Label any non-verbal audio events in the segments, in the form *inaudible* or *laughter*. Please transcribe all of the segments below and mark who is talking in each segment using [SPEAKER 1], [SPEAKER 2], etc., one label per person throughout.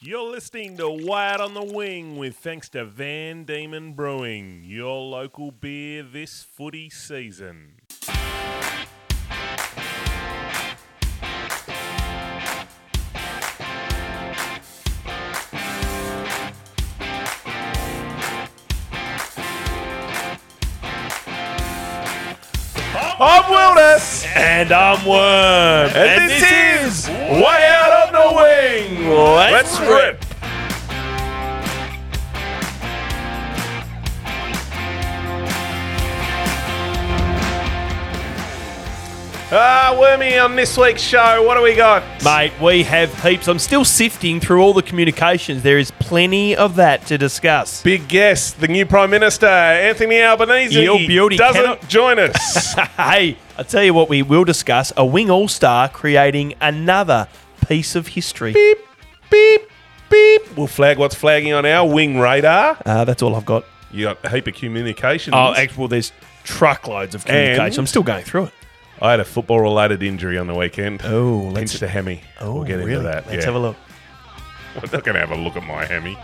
[SPEAKER 1] You're listening to Wide on the Wing with thanks to Van Diemen Brewing, your local beer this footy season.
[SPEAKER 2] I'm Wilderness,
[SPEAKER 1] And I'm Word.
[SPEAKER 2] and, this, is Way Out on the Wing. Let's, rip. Ah, Wormy, on this week's show, what do we got?
[SPEAKER 3] Mate, we have heaps. I'm still sifting through all the communications. There is plenty of that to discuss. *laughs*
[SPEAKER 2] Big guest, the new Prime Minister, Anthony Albanese,
[SPEAKER 3] Your beauty
[SPEAKER 2] doesn't
[SPEAKER 3] cannot-
[SPEAKER 2] join
[SPEAKER 3] *laughs*
[SPEAKER 2] us.
[SPEAKER 3] hey, I tell you what, we will discuss a wing all star creating another piece of history.
[SPEAKER 2] beep, beep, beep. We'll flag what's flagging on our wing radar.
[SPEAKER 3] Uh, that's all I've got.
[SPEAKER 2] You got a heap of communications.
[SPEAKER 3] Oh, actually, well, there's truckloads of communication.
[SPEAKER 2] And-
[SPEAKER 3] I'm still going through it.
[SPEAKER 2] I had a football related injury on the weekend.
[SPEAKER 3] Oh, let's-
[SPEAKER 2] pinched a hammy.
[SPEAKER 3] Oh,
[SPEAKER 2] we'll get
[SPEAKER 3] really?
[SPEAKER 2] into that.
[SPEAKER 3] Let's
[SPEAKER 2] yeah.
[SPEAKER 3] have a look.
[SPEAKER 2] We're not going to have a look at my hammy.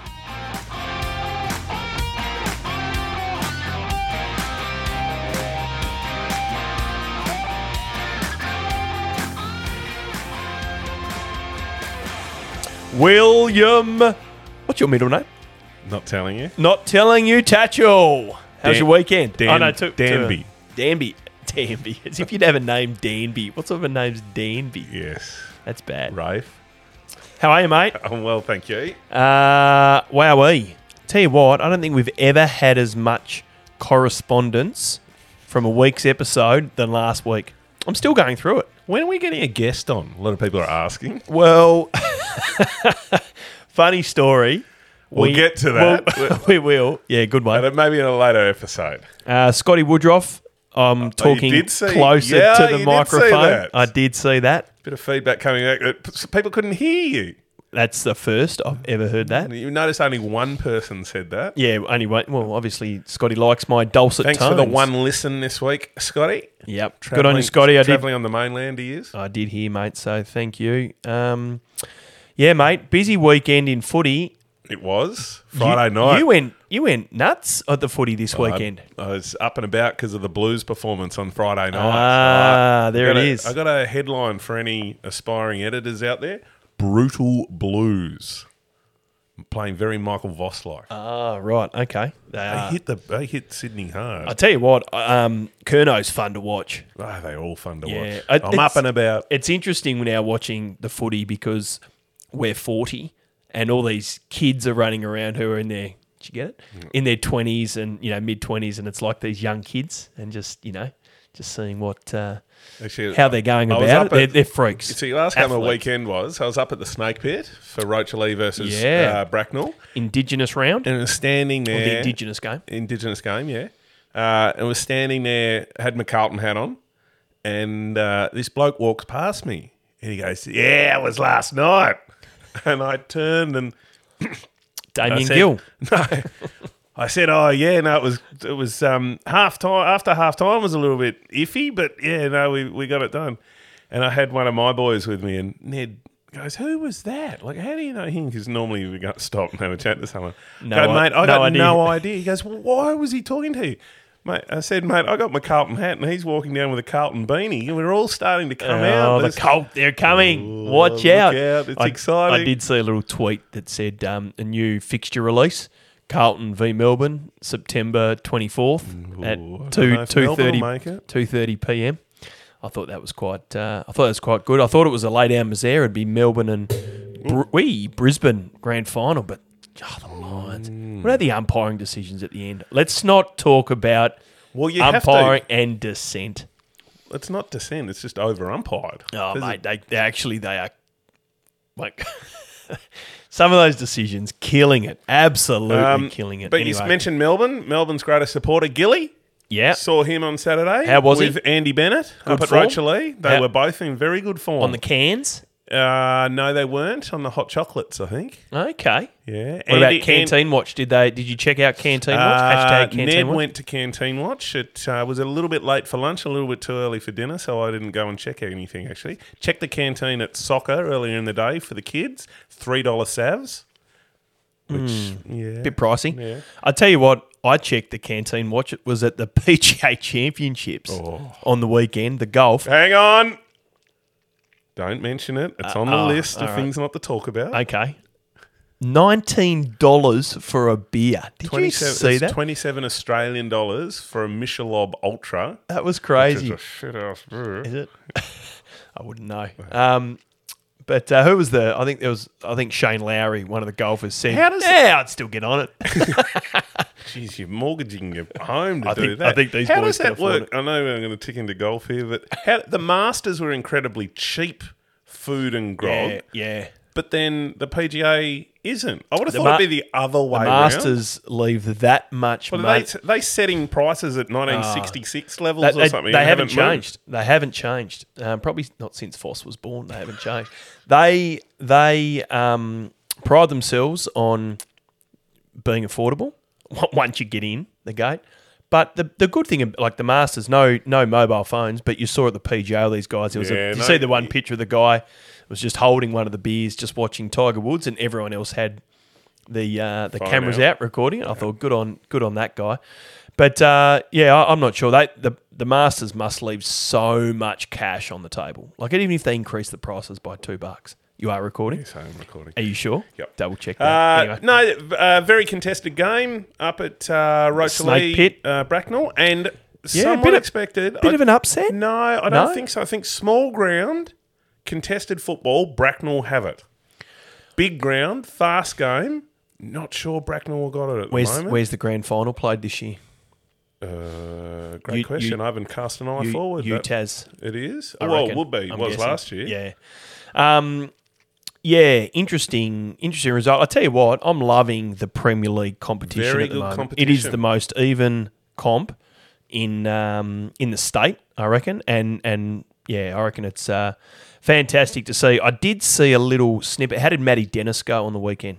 [SPEAKER 3] William, what's your middle name?
[SPEAKER 2] Not telling you.
[SPEAKER 3] Not telling you, Tatchell.
[SPEAKER 2] Dan-
[SPEAKER 3] How's your weekend? Oh,
[SPEAKER 2] Dan-
[SPEAKER 3] two- two-
[SPEAKER 2] Danby.
[SPEAKER 3] Danby. Danby. As if you'd have a name, Danby. What sort of a name's Danby?
[SPEAKER 2] Yes.
[SPEAKER 3] That's bad.
[SPEAKER 2] Rafe.
[SPEAKER 3] How are you, mate?
[SPEAKER 2] I'm well, thank you.
[SPEAKER 3] Uh, wowee. Tell you what, I don't think we've ever had as much correspondence from a week's episode than last week. I'm still going through it.
[SPEAKER 2] When are we getting a guest on? A lot of people are asking.
[SPEAKER 3] Well, *laughs* funny story.
[SPEAKER 2] We'll get to that.
[SPEAKER 3] Well, *laughs* we will. Yeah, good one.
[SPEAKER 2] But maybe in a later episode.
[SPEAKER 3] Uh, Scotty Woodruff, I'm talking
[SPEAKER 2] Oh, did see-
[SPEAKER 3] closer
[SPEAKER 2] yeah,
[SPEAKER 3] to
[SPEAKER 2] you did
[SPEAKER 3] the
[SPEAKER 2] see
[SPEAKER 3] microphone.
[SPEAKER 2] that.
[SPEAKER 3] I did see that.
[SPEAKER 2] Bit of feedback coming back. that p- so People couldn't hear you.
[SPEAKER 3] That's the first I've ever heard that.
[SPEAKER 2] You notice only one person said that.
[SPEAKER 3] Yeah, anyway, well, obviously, Scotty likes my dulcet
[SPEAKER 2] Thanks
[SPEAKER 3] tones.
[SPEAKER 2] for the one listen this week, Scotty.
[SPEAKER 3] Yep. Good on
[SPEAKER 2] Travelling-
[SPEAKER 3] you, Scotty. I did
[SPEAKER 2] Travelling on the mainland, he is.
[SPEAKER 3] I did hear, mate. So thank you. Um, yeah, mate. Busy weekend in footy.
[SPEAKER 2] It was
[SPEAKER 3] You-
[SPEAKER 2] Friday night.
[SPEAKER 3] You went. You went nuts at the footy this weekend.
[SPEAKER 2] I, I was up and about because of the Blues performance on Friday night.
[SPEAKER 3] Ah,
[SPEAKER 2] Right.
[SPEAKER 3] there
[SPEAKER 2] Got
[SPEAKER 3] it
[SPEAKER 2] a-
[SPEAKER 3] is.
[SPEAKER 2] I got a headline for any aspiring editors out there: brutal Blues. I'm playing very Michael Voss like.
[SPEAKER 3] Ah, right. Okay.
[SPEAKER 2] they
[SPEAKER 3] Uh,
[SPEAKER 2] hit the they hit Sydney hard.
[SPEAKER 3] I tell you what. Um, Kerno's fun to watch.
[SPEAKER 2] oh, they're all fun to
[SPEAKER 3] Yeah,
[SPEAKER 2] watch.
[SPEAKER 3] I-
[SPEAKER 2] I'm up
[SPEAKER 3] it's-
[SPEAKER 2] and about.
[SPEAKER 3] It's interesting now watching the footy because we're forty and all these kids are running around who are in their. Did you get it? In their twenties and you know mid twenties, and it's like these young kids and just you know just seeing what. Uh,
[SPEAKER 2] Actually,
[SPEAKER 3] how they're going
[SPEAKER 2] I was
[SPEAKER 3] about it.
[SPEAKER 2] up
[SPEAKER 3] They're,
[SPEAKER 2] at-
[SPEAKER 3] they're freaks.
[SPEAKER 2] So you asked how my
[SPEAKER 3] Athletes.
[SPEAKER 2] weekend was. I was up at the Snake Pit for Roach Lee versus
[SPEAKER 3] Yeah.
[SPEAKER 2] uh, Bracknell,
[SPEAKER 3] Indigenous round,
[SPEAKER 2] and I was standing there.
[SPEAKER 3] the Indigenous game.
[SPEAKER 2] Indigenous game, yeah. Uh, and was standing there, had my Carlton hat on, and uh, this bloke walks past me, and he goes, "Yeah, it was last night." *laughs* And I turned and I
[SPEAKER 3] Damien
[SPEAKER 2] said,
[SPEAKER 3] Gill.
[SPEAKER 2] *laughs* "No." I said, "Oh yeah, no, it was it was um, half time. After half time was a little bit iffy, but yeah, no, we we got it done." And I had one of my boys with me, and Ned goes, "Who was that? Like, how do you know him?" Because normally we got to stop and have a chat to someone.
[SPEAKER 3] No
[SPEAKER 2] No,
[SPEAKER 3] i-
[SPEAKER 2] mate, I
[SPEAKER 3] no
[SPEAKER 2] got
[SPEAKER 3] idea." *laughs*
[SPEAKER 2] no idea. He goes, well, "Why was he talking to you?" Mate, I said, mate, I got my Carlton hat, and he's walking down with a Carlton beanie, and we're all starting to come out.
[SPEAKER 3] Oh, the
[SPEAKER 2] There's-
[SPEAKER 3] cult, they're coming.
[SPEAKER 2] Ooh,
[SPEAKER 3] Watch
[SPEAKER 2] look
[SPEAKER 3] out.
[SPEAKER 2] out, it's
[SPEAKER 3] I,
[SPEAKER 2] exciting.
[SPEAKER 3] I did see a little tweet that said um, a new fixture release. Carlton v Melbourne, September 24th at
[SPEAKER 2] Ooh, I don't know
[SPEAKER 3] 2,
[SPEAKER 2] if Melbourne will
[SPEAKER 3] 2.30
[SPEAKER 2] make it.
[SPEAKER 3] 2.30 p.m. I thought that was quite. Uh, I thought that was quite good. I thought it was a lay down Mazaire. It'd be Melbourne and Br- wee, Brisbane grand final, but oh, the
[SPEAKER 2] Hmm.
[SPEAKER 3] Lions. What are the umpiring decisions at the end? Let's not talk about
[SPEAKER 2] Well, you have to.
[SPEAKER 3] umpiring and dissent.
[SPEAKER 2] It's not descent; it's just over umpired.
[SPEAKER 3] Oh, mate, they, they actually they are like *laughs* some of those decisions killing it, absolutely
[SPEAKER 2] Um,
[SPEAKER 3] killing it.
[SPEAKER 2] But you
[SPEAKER 3] Anyway,
[SPEAKER 2] mentioned Melbourne. Melbourne's greatest supporter, Gilly.
[SPEAKER 3] yeah,
[SPEAKER 2] Saw him on Saturday.
[SPEAKER 3] How was he?
[SPEAKER 2] with Andy Bennett up at
[SPEAKER 3] form?
[SPEAKER 2] Rochalee. They
[SPEAKER 3] How-
[SPEAKER 2] were both in very good form.
[SPEAKER 3] on the cans.
[SPEAKER 2] uh, no, they weren't on the hot chocolates. I think.
[SPEAKER 3] Okay.
[SPEAKER 2] Yeah.
[SPEAKER 3] What
[SPEAKER 2] Andy-
[SPEAKER 3] about Canteen Watch? Did they? Did you check out Canteen
[SPEAKER 2] And,
[SPEAKER 3] Watch?
[SPEAKER 2] uh,
[SPEAKER 3] Hashtag Canteen
[SPEAKER 2] Ned
[SPEAKER 3] Watch.
[SPEAKER 2] went to Canteen Watch. It uh, was a little bit late for lunch, a little bit too early for dinner, so I didn't go and check anything actually. Checked the canteen at soccer earlier in the day for the kids. $3 salves. which yeah,
[SPEAKER 3] Hmm. bit pricey.
[SPEAKER 2] Yeah.
[SPEAKER 3] I tell you what, I checked the canteen watch. It was at the *laughs* PGA Championships
[SPEAKER 2] Oh.
[SPEAKER 3] on the weekend, the golf.
[SPEAKER 2] Hang on. Uh, Don't mention it. It's on the
[SPEAKER 3] oh,
[SPEAKER 2] list of
[SPEAKER 3] all right.
[SPEAKER 2] things not to talk about.
[SPEAKER 3] Okay. $19 for a beer. Did you see
[SPEAKER 2] it's
[SPEAKER 3] that?
[SPEAKER 2] 27 Australian dollars for a Michelob Ultra.
[SPEAKER 3] that was
[SPEAKER 2] It's
[SPEAKER 3] crazy.
[SPEAKER 2] a shit ass brew.
[SPEAKER 3] Is it? *laughs* I wouldn't know. Um, but uh, who was the? I think there was. I think Shane Lowry, one of the golfers, said,
[SPEAKER 2] How does-
[SPEAKER 3] "Yeah, I'd still get on it."
[SPEAKER 2] *laughs* Jeez, you're mortgaging your home to
[SPEAKER 3] I
[SPEAKER 2] do
[SPEAKER 3] think-
[SPEAKER 2] that.
[SPEAKER 3] I think these
[SPEAKER 2] how does
[SPEAKER 3] boys
[SPEAKER 2] that
[SPEAKER 3] can afford
[SPEAKER 2] work? I know I'm going to tick into golf here, but how, the Masters were incredibly cheap food and grog,
[SPEAKER 3] yeah, yeah.
[SPEAKER 2] but then the PGA isn't. I would have
[SPEAKER 3] The
[SPEAKER 2] thought
[SPEAKER 3] Ma-
[SPEAKER 2] it'd be the other way around.
[SPEAKER 3] Masters leave that much
[SPEAKER 2] Well, are
[SPEAKER 3] money.
[SPEAKER 2] they, are they setting prices at 1966 levels
[SPEAKER 3] That-
[SPEAKER 2] or
[SPEAKER 3] they,
[SPEAKER 2] something?
[SPEAKER 3] they
[SPEAKER 2] and
[SPEAKER 3] haven't
[SPEAKER 2] moved?
[SPEAKER 3] changed. They haven't changed. Um, probably not since Foss was born. They haven't changed. They they um, pride themselves on being affordable *laughs* on- once you get in the gate. But the, the good thing, like the Masters, no no mobile phones. But you saw at the PGA all these guys. There was
[SPEAKER 2] Yeah,
[SPEAKER 3] a, did
[SPEAKER 2] no,
[SPEAKER 3] you see the one picture of the guy was just holding one of the beers, just watching Tiger Woods, and everyone else had the uh, the
[SPEAKER 2] Phone
[SPEAKER 3] cameras
[SPEAKER 2] out.
[SPEAKER 3] out, recording. I thought good on good on that guy. But uh, yeah, I, I'm not sure. They the the Masters must leave so much cash on the table. Like even if they increase the prices by two bucks, you are recording.
[SPEAKER 2] So I'm recording.
[SPEAKER 3] Are you sure?
[SPEAKER 2] Yep.
[SPEAKER 3] Double check that.
[SPEAKER 2] Uh,
[SPEAKER 3] anyway.
[SPEAKER 2] no, uh, very contested game up at uh, Rosalie
[SPEAKER 3] Snake Pit.
[SPEAKER 2] uh, Bracknell, and
[SPEAKER 3] Yeah,
[SPEAKER 2] somewhat
[SPEAKER 3] bit of-
[SPEAKER 2] expected.
[SPEAKER 3] Bit
[SPEAKER 2] I-
[SPEAKER 3] of an upset.
[SPEAKER 2] no, I don't
[SPEAKER 3] No?
[SPEAKER 2] think so. I think small ground, contested football. Bracknell have it. Big ground, fast game. Not sure Bracknell got it at
[SPEAKER 3] Where's
[SPEAKER 2] the moment.
[SPEAKER 3] where's the grand final played this year?
[SPEAKER 2] uh, great
[SPEAKER 3] you-
[SPEAKER 2] question. I haven't cast an eye
[SPEAKER 3] U-
[SPEAKER 2] forward. but
[SPEAKER 3] UTAS.
[SPEAKER 2] it is.
[SPEAKER 3] I
[SPEAKER 2] well,
[SPEAKER 3] reckon.
[SPEAKER 2] would be.
[SPEAKER 3] I'm
[SPEAKER 2] was
[SPEAKER 3] guessing.
[SPEAKER 2] last year.
[SPEAKER 3] Yeah. Um, yeah, interesting, interesting result. I tell you what, I'm loving the Premier League competition.
[SPEAKER 2] Very
[SPEAKER 3] at the
[SPEAKER 2] good
[SPEAKER 3] moment. It is
[SPEAKER 2] competition.
[SPEAKER 3] the most even comp in um, in the state, I reckon, and and yeah, I reckon it's uh, fantastic to see. I did see a little snippet. How did Matty Dennis go on the weekend?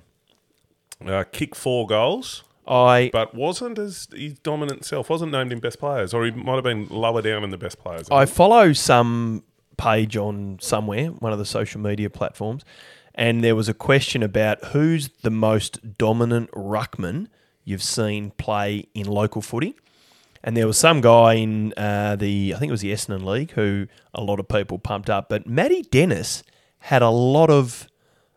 [SPEAKER 2] Uh, kick four goals.
[SPEAKER 3] I
[SPEAKER 2] but wasn't as his dominant self wasn't named in best players, or he might have been lower down in the best players.
[SPEAKER 3] I follow some page on somewhere, one of the social media platforms, and there was a question about who's the most dominant ruckman you've seen play in local footy. And there was some guy in uh, the, I think it was the Essendon League, who a lot of people pumped up. But Matty Dennis had a lot of,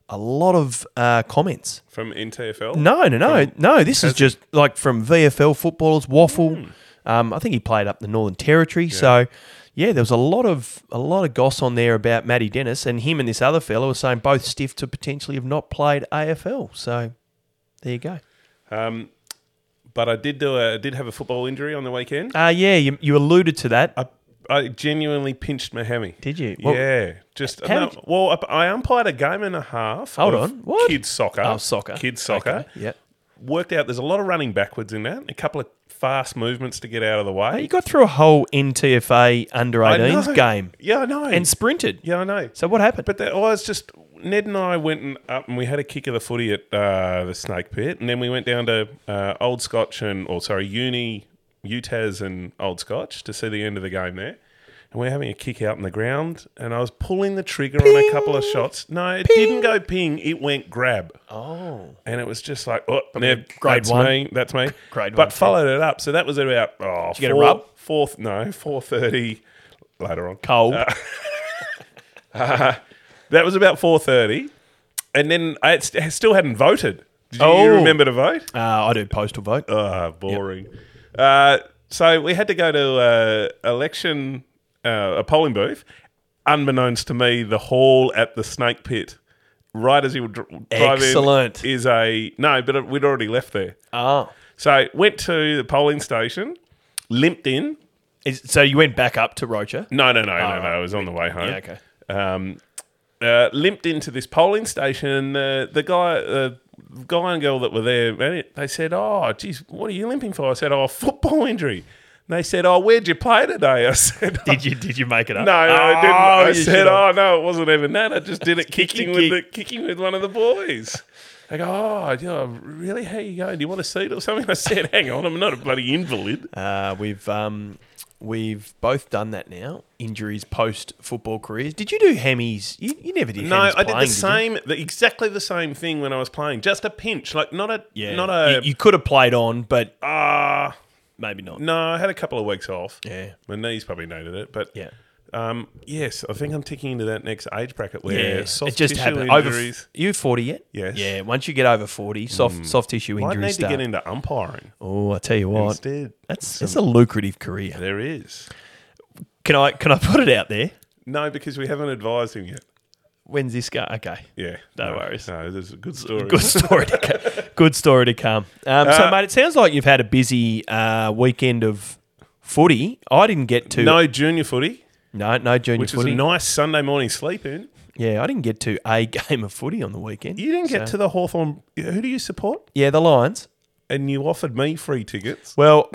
[SPEAKER 3] a lot of uh, comments.
[SPEAKER 2] from NTFL.
[SPEAKER 3] No, no, no, no. This is just like from VFL footballers. Waffle.
[SPEAKER 2] Hmm.
[SPEAKER 3] Um, I think he played up the Northern Territory. So yeah, there was a lot of a lot of goss on there about Matty Dennis and him and this other fella were saying both stiff to potentially have not played AFL. So there you go.
[SPEAKER 2] Um, but I did do a I did have a football injury on the weekend.
[SPEAKER 3] Uh, yeah, you, you alluded to that.
[SPEAKER 2] I, I genuinely pinched my hammy.
[SPEAKER 3] Did you? Well,
[SPEAKER 2] yeah, just
[SPEAKER 3] how
[SPEAKER 2] no,
[SPEAKER 3] did you-
[SPEAKER 2] well. I, I umpired a game and a half.
[SPEAKER 3] Hold
[SPEAKER 2] of
[SPEAKER 3] on, what?
[SPEAKER 2] Kids soccer.
[SPEAKER 3] Oh, soccer.
[SPEAKER 2] Kids soccer.
[SPEAKER 3] Okay, Yep.
[SPEAKER 2] Worked out. There's a lot of running backwards in that. A couple of fast movements to get out of the
[SPEAKER 3] Oh, You
[SPEAKER 2] way.
[SPEAKER 3] got through a whole NTFA under
[SPEAKER 2] I know.
[SPEAKER 3] 18s game
[SPEAKER 2] Yeah, I know.
[SPEAKER 3] and sprinted.
[SPEAKER 2] yeah, I know.
[SPEAKER 3] So what happened?
[SPEAKER 2] But that, well, it's just Ned and I went and up and we had a kick of the footy at uh, the Snake Pit, and then we went down to uh, Old Scotch and or sorry Uni UTAS and Old Scotch to see the end of the game there. And we we're having a kick out in the ground, and I was pulling the trigger on a couple of shots. No, it didn't go ping; it went grab,
[SPEAKER 3] oh,
[SPEAKER 2] and it was just like, oh, Ned,
[SPEAKER 3] grade
[SPEAKER 2] that's
[SPEAKER 3] one.
[SPEAKER 2] me, that's me.
[SPEAKER 3] *laughs* Grade
[SPEAKER 2] but
[SPEAKER 3] one,
[SPEAKER 2] followed it up, so that was at about oh,
[SPEAKER 3] you get a
[SPEAKER 2] four-
[SPEAKER 3] rub?
[SPEAKER 2] fourth, no, four thirty later on. *laughs*
[SPEAKER 3] cold.
[SPEAKER 2] That was about four thirty, and then I st- I still hadn't voted. Did you,
[SPEAKER 3] Oh.
[SPEAKER 2] you remember to vote?
[SPEAKER 3] Uh, I do postal vote.
[SPEAKER 2] Ah, boring. Uh, so we had to go to uh, election uh, a polling booth. Unbeknownst to me, the hall at the Snake Pit, right as you would dr- drive
[SPEAKER 3] Excellent.
[SPEAKER 2] in, is a no. But we'd already left there,
[SPEAKER 3] Oh.
[SPEAKER 2] so went to the polling station, limped in.
[SPEAKER 3] Is, so you went back up to Rocha?
[SPEAKER 2] No, no, no, no, no. It was on the way home.
[SPEAKER 3] Ah, Yeah, okay.
[SPEAKER 2] um, uh, limped into this polling station, and uh, the guy, uh, guy and girl that were there, man, it- they said, "Oh, geez, what are you limping for?" I said, "Oh, football injury." And they said, "Oh, where'd you play today?" I said,
[SPEAKER 3] Did you did you make it up?
[SPEAKER 2] *laughs* "No, no, I didn't."
[SPEAKER 3] Oh,
[SPEAKER 2] I
[SPEAKER 3] you
[SPEAKER 2] said,
[SPEAKER 3] should've.
[SPEAKER 2] "Oh, no, it wasn't even that. I just did it kicking with
[SPEAKER 3] kick.
[SPEAKER 2] the kicking with one of the boys." They go, "Oh, yeah, really? How you going? Do you want a seat or something?" I said, "Hang on, I'm not a bloody invalid."
[SPEAKER 3] Uh, we've um, We've both done that now. Injuries post football careers. Did you do hemis? You, you never did.
[SPEAKER 2] No,
[SPEAKER 3] hemis
[SPEAKER 2] I did
[SPEAKER 3] playing,
[SPEAKER 2] the
[SPEAKER 3] you?
[SPEAKER 2] same, the, exactly the same thing when I was playing. Just a pinch, like not a,
[SPEAKER 3] Yeah,
[SPEAKER 2] not a.
[SPEAKER 3] You, you could have played on, but
[SPEAKER 2] ah,
[SPEAKER 3] maybe not.
[SPEAKER 2] no, I had a couple of weeks off.
[SPEAKER 3] Yeah,
[SPEAKER 2] My knees probably needed it, but
[SPEAKER 3] yeah.
[SPEAKER 2] Um, yes, I think I'm ticking into that next age bracket where soft
[SPEAKER 3] it just
[SPEAKER 2] tissue
[SPEAKER 3] happened. Over,
[SPEAKER 2] injuries.
[SPEAKER 3] are you forty yet?
[SPEAKER 2] Yes. Mm.
[SPEAKER 3] Yeah. Once you get over forty, soft soft tissue
[SPEAKER 2] Might need
[SPEAKER 3] injuries
[SPEAKER 2] to
[SPEAKER 3] start.
[SPEAKER 2] get into umpiring
[SPEAKER 3] oh, I tell you what,
[SPEAKER 2] instead.
[SPEAKER 3] that's that's a lucrative career.
[SPEAKER 2] There is
[SPEAKER 3] Can I can I put it out there?
[SPEAKER 2] no because we haven't advised him yet.
[SPEAKER 3] When's this guy? Okay.
[SPEAKER 2] Yeah,
[SPEAKER 3] No worries.
[SPEAKER 2] No, this is a good story.
[SPEAKER 3] Good story. To co- good story to come. Um, so,
[SPEAKER 2] Uh,
[SPEAKER 3] mate, it sounds like you've had a busy uh, weekend of footy. I didn't get to
[SPEAKER 2] No junior footy,
[SPEAKER 3] no no junior
[SPEAKER 2] which
[SPEAKER 3] footy.
[SPEAKER 2] is a nice Sunday morning sleep in.
[SPEAKER 3] yeah, I didn't get to a *laughs* game of footy on the weekend.
[SPEAKER 2] You didn't get
[SPEAKER 3] So-
[SPEAKER 2] to the Hawthorn. Who do you support?
[SPEAKER 3] yeah the Lions.
[SPEAKER 2] And you offered me free tickets.
[SPEAKER 3] *laughs* Well,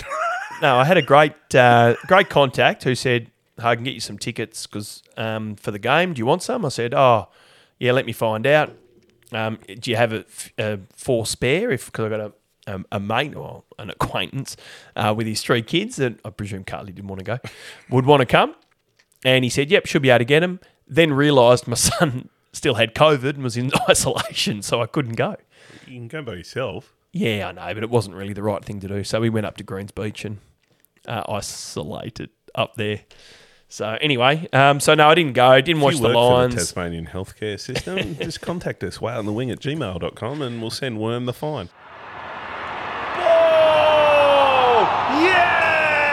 [SPEAKER 3] no, I had a great uh, great contact who said I can get you some tickets because um, for the game. Do you want some? I said, oh yeah, let me find out. Um, do you have a, f- a four spare? If because I got a um, a mate or an acquaintance uh, with his three kids that I presume Carly didn't want to go, *laughs* would want to come. And he said, yep, should be able to get him. Then realised my *laughs* son still had COVID and was in *laughs* isolation, so I couldn't go.
[SPEAKER 2] You can go by yourself.
[SPEAKER 3] Yeah, I know, but it wasn't really the right thing to do. So we went up to Greens Beach and uh, isolated up there. So anyway, um, so no, I didn't go. I didn't watch
[SPEAKER 2] you
[SPEAKER 3] the
[SPEAKER 2] work
[SPEAKER 3] Lions.
[SPEAKER 2] For the Tasmanian healthcare
[SPEAKER 3] *laughs*
[SPEAKER 2] system. just contact us wow on the wing at gmail.com and we'll send Worm the fine.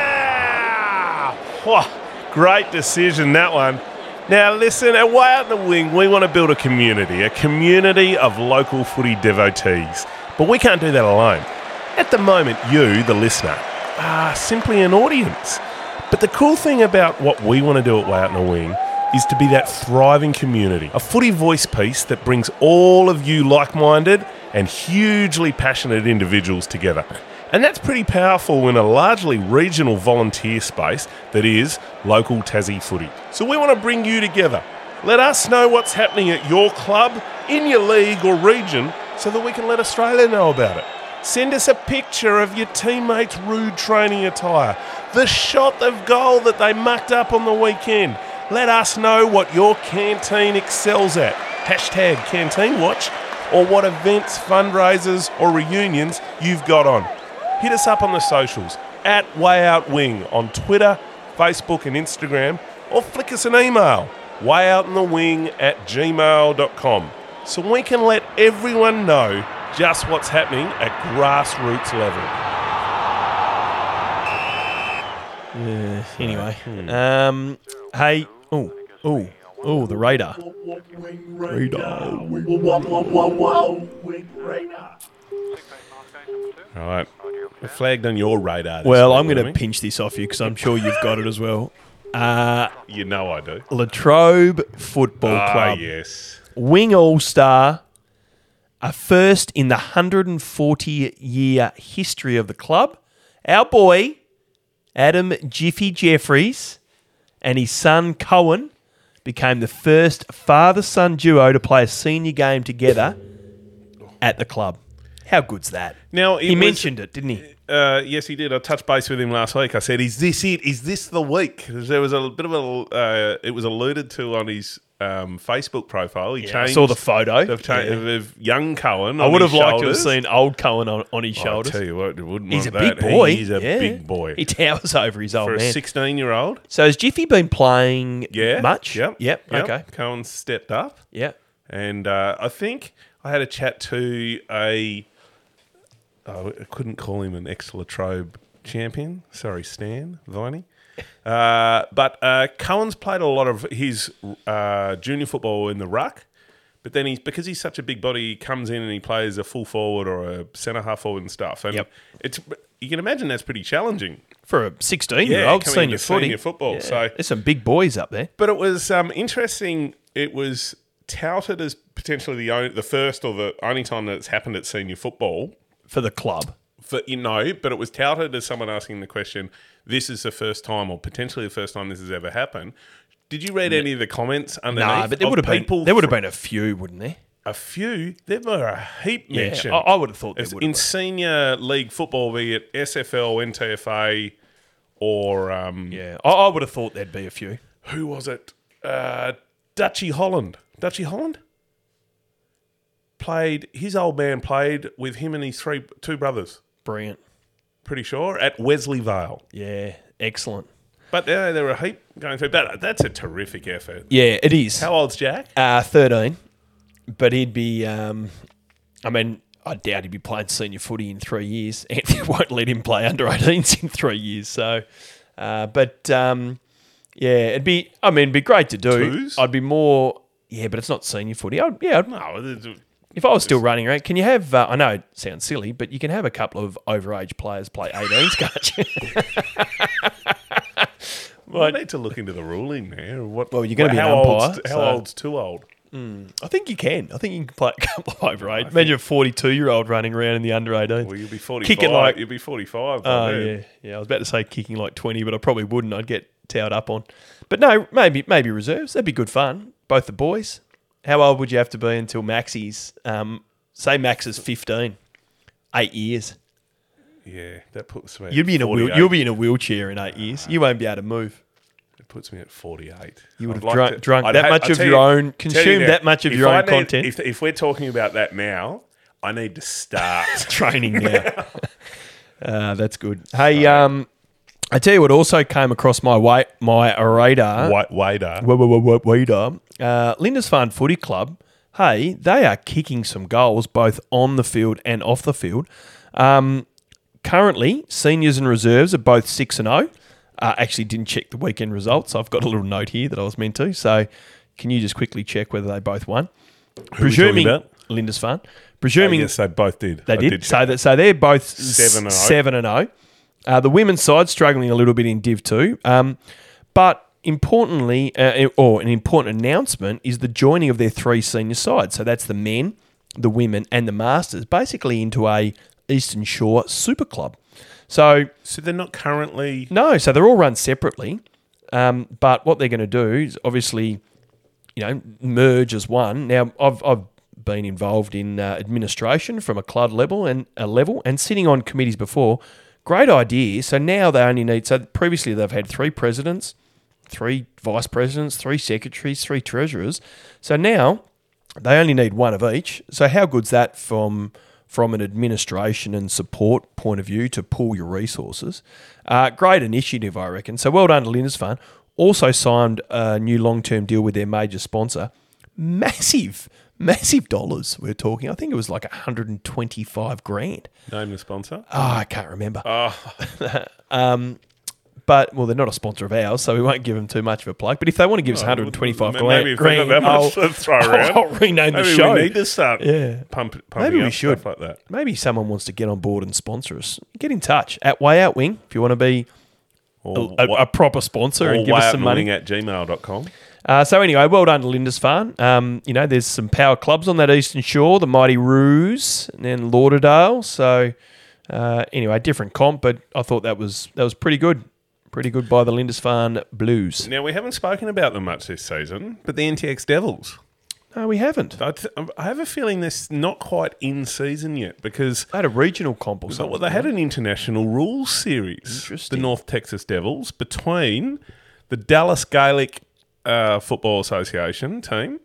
[SPEAKER 2] Yeah! Wha- great decision that one. Now listen, at Way Out the Wing, we want to build a community, a community of local footy devotees. But we can't do that alone. At the moment, you, the listener, are simply an audience. But the cool thing about what we want to do at Way Out in the Wing is to be that thriving community, a footy voice piece that brings all of you like minded and hugely passionate individuals together. And that's pretty powerful in a largely regional volunteer space that is local Tassie footy. So we want to bring you together. Let us know what's happening at your club, in your league or region, so that we can let Australia know about it. Send us a picture of your teammates' rude training attire, the shot of goal that they mucked up on the weekend. Let us know what your canteen excels at. Hashtag Canteen Watch, or what events, fundraisers, or reunions you've got on. Hit us up on the socials at Way Out Wing on Twitter, Facebook, and Instagram, or flick us an email wayoutinthe.wing at gmail.com so we can let everyone know just what's happening at grassroots level.
[SPEAKER 3] Yeah, anyway,
[SPEAKER 2] hmm.
[SPEAKER 3] um, hey, oh, oh, oh, the radar.
[SPEAKER 2] All right. I flagged on your radar. this
[SPEAKER 3] Well,
[SPEAKER 2] week,
[SPEAKER 3] I'm going to
[SPEAKER 2] Remy.
[SPEAKER 3] pinch this off you because I'm sure you've got it as well. Uh,
[SPEAKER 2] You know I do.
[SPEAKER 3] Latrobe Football
[SPEAKER 2] Ah,
[SPEAKER 3] Club.
[SPEAKER 2] yes.
[SPEAKER 3] wing all star, a first in the 140 year history of the club. Our boy, Adam Jiffy Jeffries, and his son Cohen became the first father son duo to play a senior game together at the club. How good's that?
[SPEAKER 2] Now it
[SPEAKER 3] He
[SPEAKER 2] was-
[SPEAKER 3] mentioned it, didn't he?
[SPEAKER 2] Uh, yes, he did. I touched base with him last week. I said, "Is this it? Is this the week?" There was a bit of a. Uh, it was alluded to on his um, Facebook profile. He
[SPEAKER 3] I
[SPEAKER 2] changed.
[SPEAKER 3] saw the photo.
[SPEAKER 2] Of, cha-
[SPEAKER 3] Yeah.
[SPEAKER 2] of, of young Cohen.
[SPEAKER 3] I
[SPEAKER 2] on
[SPEAKER 3] would
[SPEAKER 2] his
[SPEAKER 3] have liked to have
[SPEAKER 2] shoulders.
[SPEAKER 3] seen old Cohen on, on his
[SPEAKER 2] I
[SPEAKER 3] shoulders.
[SPEAKER 2] tell you what, you wouldn't
[SPEAKER 3] He's a
[SPEAKER 2] want
[SPEAKER 3] big
[SPEAKER 2] that.
[SPEAKER 3] boy.
[SPEAKER 2] He's a
[SPEAKER 3] Yeah.
[SPEAKER 2] big boy.
[SPEAKER 3] He towers over his old
[SPEAKER 2] For a
[SPEAKER 3] man.
[SPEAKER 2] sixteen-year-old,
[SPEAKER 3] So has Jiffy been playing
[SPEAKER 2] yeah,
[SPEAKER 3] much?
[SPEAKER 2] Yep.
[SPEAKER 3] Yep. Okay.
[SPEAKER 2] Cohen stepped up.
[SPEAKER 3] Yep.
[SPEAKER 2] And uh, I think I had a chat to a. Oh, I couldn't call him an ex Latrobe champion. Sorry, Stan Viney. Uh, but uh, Cohen's played a lot of his uh, junior football in the ruck. But then he's because he's such a big body, he comes in and he plays a full forward or a centre half forward and stuff. And
[SPEAKER 3] Yep.
[SPEAKER 2] it's you can imagine that's pretty challenging.
[SPEAKER 3] For a 16 year old
[SPEAKER 2] coming
[SPEAKER 3] senior
[SPEAKER 2] into
[SPEAKER 3] footy.
[SPEAKER 2] senior football. So
[SPEAKER 3] There's some big boys up there.
[SPEAKER 2] but it was um, interesting. It was touted as potentially the only, the first or the only time that it's happened at senior football.
[SPEAKER 3] For the club.
[SPEAKER 2] For you know, but it was touted as someone asking the question: "This is the first time, or potentially the first time this has ever happened." Did you read any of the comments underneath?
[SPEAKER 3] Nah, but there
[SPEAKER 2] of
[SPEAKER 3] would have
[SPEAKER 2] people
[SPEAKER 3] been there would have been a few, wouldn't there?
[SPEAKER 2] a few. There were a heap
[SPEAKER 3] Yeah.
[SPEAKER 2] mentioned
[SPEAKER 3] I, I would have thought there
[SPEAKER 2] It's
[SPEAKER 3] would
[SPEAKER 2] in senior league football, be it SFL, NTFA, or um,
[SPEAKER 3] Yeah, I, I would have thought there'd be a few.
[SPEAKER 2] who was it? Uh, Dutchy Holland. Dutchy Holland played his old man played with him and his three two brothers.
[SPEAKER 3] Brilliant.
[SPEAKER 2] Pretty sure at Wesley Vale.
[SPEAKER 3] Yeah, excellent.
[SPEAKER 2] But uh, there were a heap going through. But that's a terrific effort.
[SPEAKER 3] Yeah, it is.
[SPEAKER 2] How old's Jack?
[SPEAKER 3] Uh, 13. But he'd be, um, I mean, I doubt he'd be playing senior footy in three years. *laughs* Anthony won't let him play under 18s in three years. So, uh, but um, yeah, it'd be, I mean, it'd be great to do.
[SPEAKER 2] Twos?
[SPEAKER 3] I'd be more, yeah, but it's not senior footy. I'd, yeah, I'd,
[SPEAKER 2] No, it- it-
[SPEAKER 3] if I was still running around, can you have, uh, I know it sounds silly, but you can have a couple of overage players play 18s, *laughs* can't you?
[SPEAKER 2] I need to look into the ruling there. What,
[SPEAKER 3] Well, you're gonna be an
[SPEAKER 2] how
[SPEAKER 3] umpire,
[SPEAKER 2] Old's,
[SPEAKER 3] so-
[SPEAKER 2] How old's too old?
[SPEAKER 3] I think you can. I think you can play a couple of overage. Imagine a 42 year old running around in the under 18s.
[SPEAKER 2] Well, you'll be 45.
[SPEAKER 3] Kick it like-
[SPEAKER 2] you'll be 45. by
[SPEAKER 3] Oh
[SPEAKER 2] then.
[SPEAKER 3] yeah, yeah. I was about to say kicking like twenty, but I probably wouldn't. I'd get towed up on. But no, maybe maybe reserves. That'd be good fun. Both the boys. How old would you have to be until Maxie's? Um, say Max is fifteen. Eight years.
[SPEAKER 2] Yeah, that puts me. at
[SPEAKER 3] You'd be in a wheel,
[SPEAKER 2] 48.
[SPEAKER 3] you'll be in a wheelchair in eight years. You won't be able to move.
[SPEAKER 2] It puts me at 48.
[SPEAKER 3] You would
[SPEAKER 2] I'd
[SPEAKER 3] have
[SPEAKER 2] like
[SPEAKER 3] drunk,
[SPEAKER 2] to-
[SPEAKER 3] drunk
[SPEAKER 2] I'd
[SPEAKER 3] that
[SPEAKER 2] ha-
[SPEAKER 3] much
[SPEAKER 2] I'll
[SPEAKER 3] of
[SPEAKER 2] tell
[SPEAKER 3] your
[SPEAKER 2] you-
[SPEAKER 3] own,
[SPEAKER 2] tell you
[SPEAKER 3] consumed
[SPEAKER 2] now,
[SPEAKER 3] that much of
[SPEAKER 2] if
[SPEAKER 3] your
[SPEAKER 2] I
[SPEAKER 3] own
[SPEAKER 2] need-
[SPEAKER 3] content.
[SPEAKER 2] If, if we're talking about that now, I need to start.
[SPEAKER 3] *laughs* training now. uh, that's good. Hey, um, I tell you what also came across my way, my radar.
[SPEAKER 2] White waiter.
[SPEAKER 3] Wait, wait, wait, wait, wait up. Uh, Lindisfarne Footy Club, hey, they are kicking some goals both on the field and off the field. Um, currently, seniors and reserves are both 6 and 0. Uh, actually, didn't check the weekend results. I've got a little note here that I was meant to. So, can you just quickly check whether they both won? Presuming
[SPEAKER 2] about?
[SPEAKER 3] Lindisfarne. Presuming
[SPEAKER 2] yes, they both did.
[SPEAKER 3] they
[SPEAKER 2] I
[SPEAKER 3] did. So that so they're both
[SPEAKER 2] Seven and
[SPEAKER 3] seven and
[SPEAKER 2] oh.
[SPEAKER 3] seven and zero. Uh, the women's side struggling a little bit in Div two, um, but importantly, uh, or an important announcement is the joining of their three senior sides. So that's the men, the women, and the masters, basically into a Eastern Shore Super Club. So
[SPEAKER 2] so they're not currently.
[SPEAKER 3] no, so they're all run separately. Um, but what they're going to do is obviously, you know, merge as one. Now, I've, I've been involved in uh, administration from a club level and a level and sitting on committees before. Great idea. So now they only need. So previously they've had three presidents, three vice presidents, three secretaries, three treasurers. So now they only need one of each. So how good's that from from an administration and support point of view to pool your resources? Uh, great initiative, I reckon. So well done to Lindisfarne. Also signed a new long term deal with their major sponsor. Massive, massive dollars we're talking. I think it was like 125 grand.
[SPEAKER 2] Name the sponsor.
[SPEAKER 3] Oh, I can't remember.
[SPEAKER 2] Ah.
[SPEAKER 3] *laughs* um, but well, they're not a sponsor of ours, so we won't give them too much of a plug. But if they want to give us 125
[SPEAKER 2] Oh, Maybe
[SPEAKER 3] grand,
[SPEAKER 2] if they've got that much
[SPEAKER 3] I'll,
[SPEAKER 2] to throw
[SPEAKER 3] *laughs*
[SPEAKER 2] around.
[SPEAKER 3] I'll rename the
[SPEAKER 2] Maybe
[SPEAKER 3] show.
[SPEAKER 2] we need to start.
[SPEAKER 3] Yeah.
[SPEAKER 2] Pump, pumping
[SPEAKER 3] Maybe we
[SPEAKER 2] up
[SPEAKER 3] should.
[SPEAKER 2] stuff like that.
[SPEAKER 3] maybe someone wants to get on board and sponsor us. Get in touch at Way Out Wing if you want to be
[SPEAKER 2] Or,
[SPEAKER 3] a, a proper sponsor and give us some money.
[SPEAKER 2] at gmail.com.
[SPEAKER 3] Uh, so anyway, well done to Lindisfarne. Um, you know, there's some power clubs on that eastern shore, the mighty Ruse and then Lauderdale. So uh, anyway, different comp, but I thought that was that was pretty good, pretty good by the Lindisfarne Blues.
[SPEAKER 2] Now, we haven't spoken about them much this season, but the NTX Devils.
[SPEAKER 3] No, we haven't.
[SPEAKER 2] I, th- um, I have a feeling this not quite in season yet because
[SPEAKER 3] They had a regional comp or
[SPEAKER 2] so, well,
[SPEAKER 3] something.
[SPEAKER 2] they had an international rules series,
[SPEAKER 3] Interesting.
[SPEAKER 2] the North Texas Devils, between the Dallas Gaelic uh, Football Association team,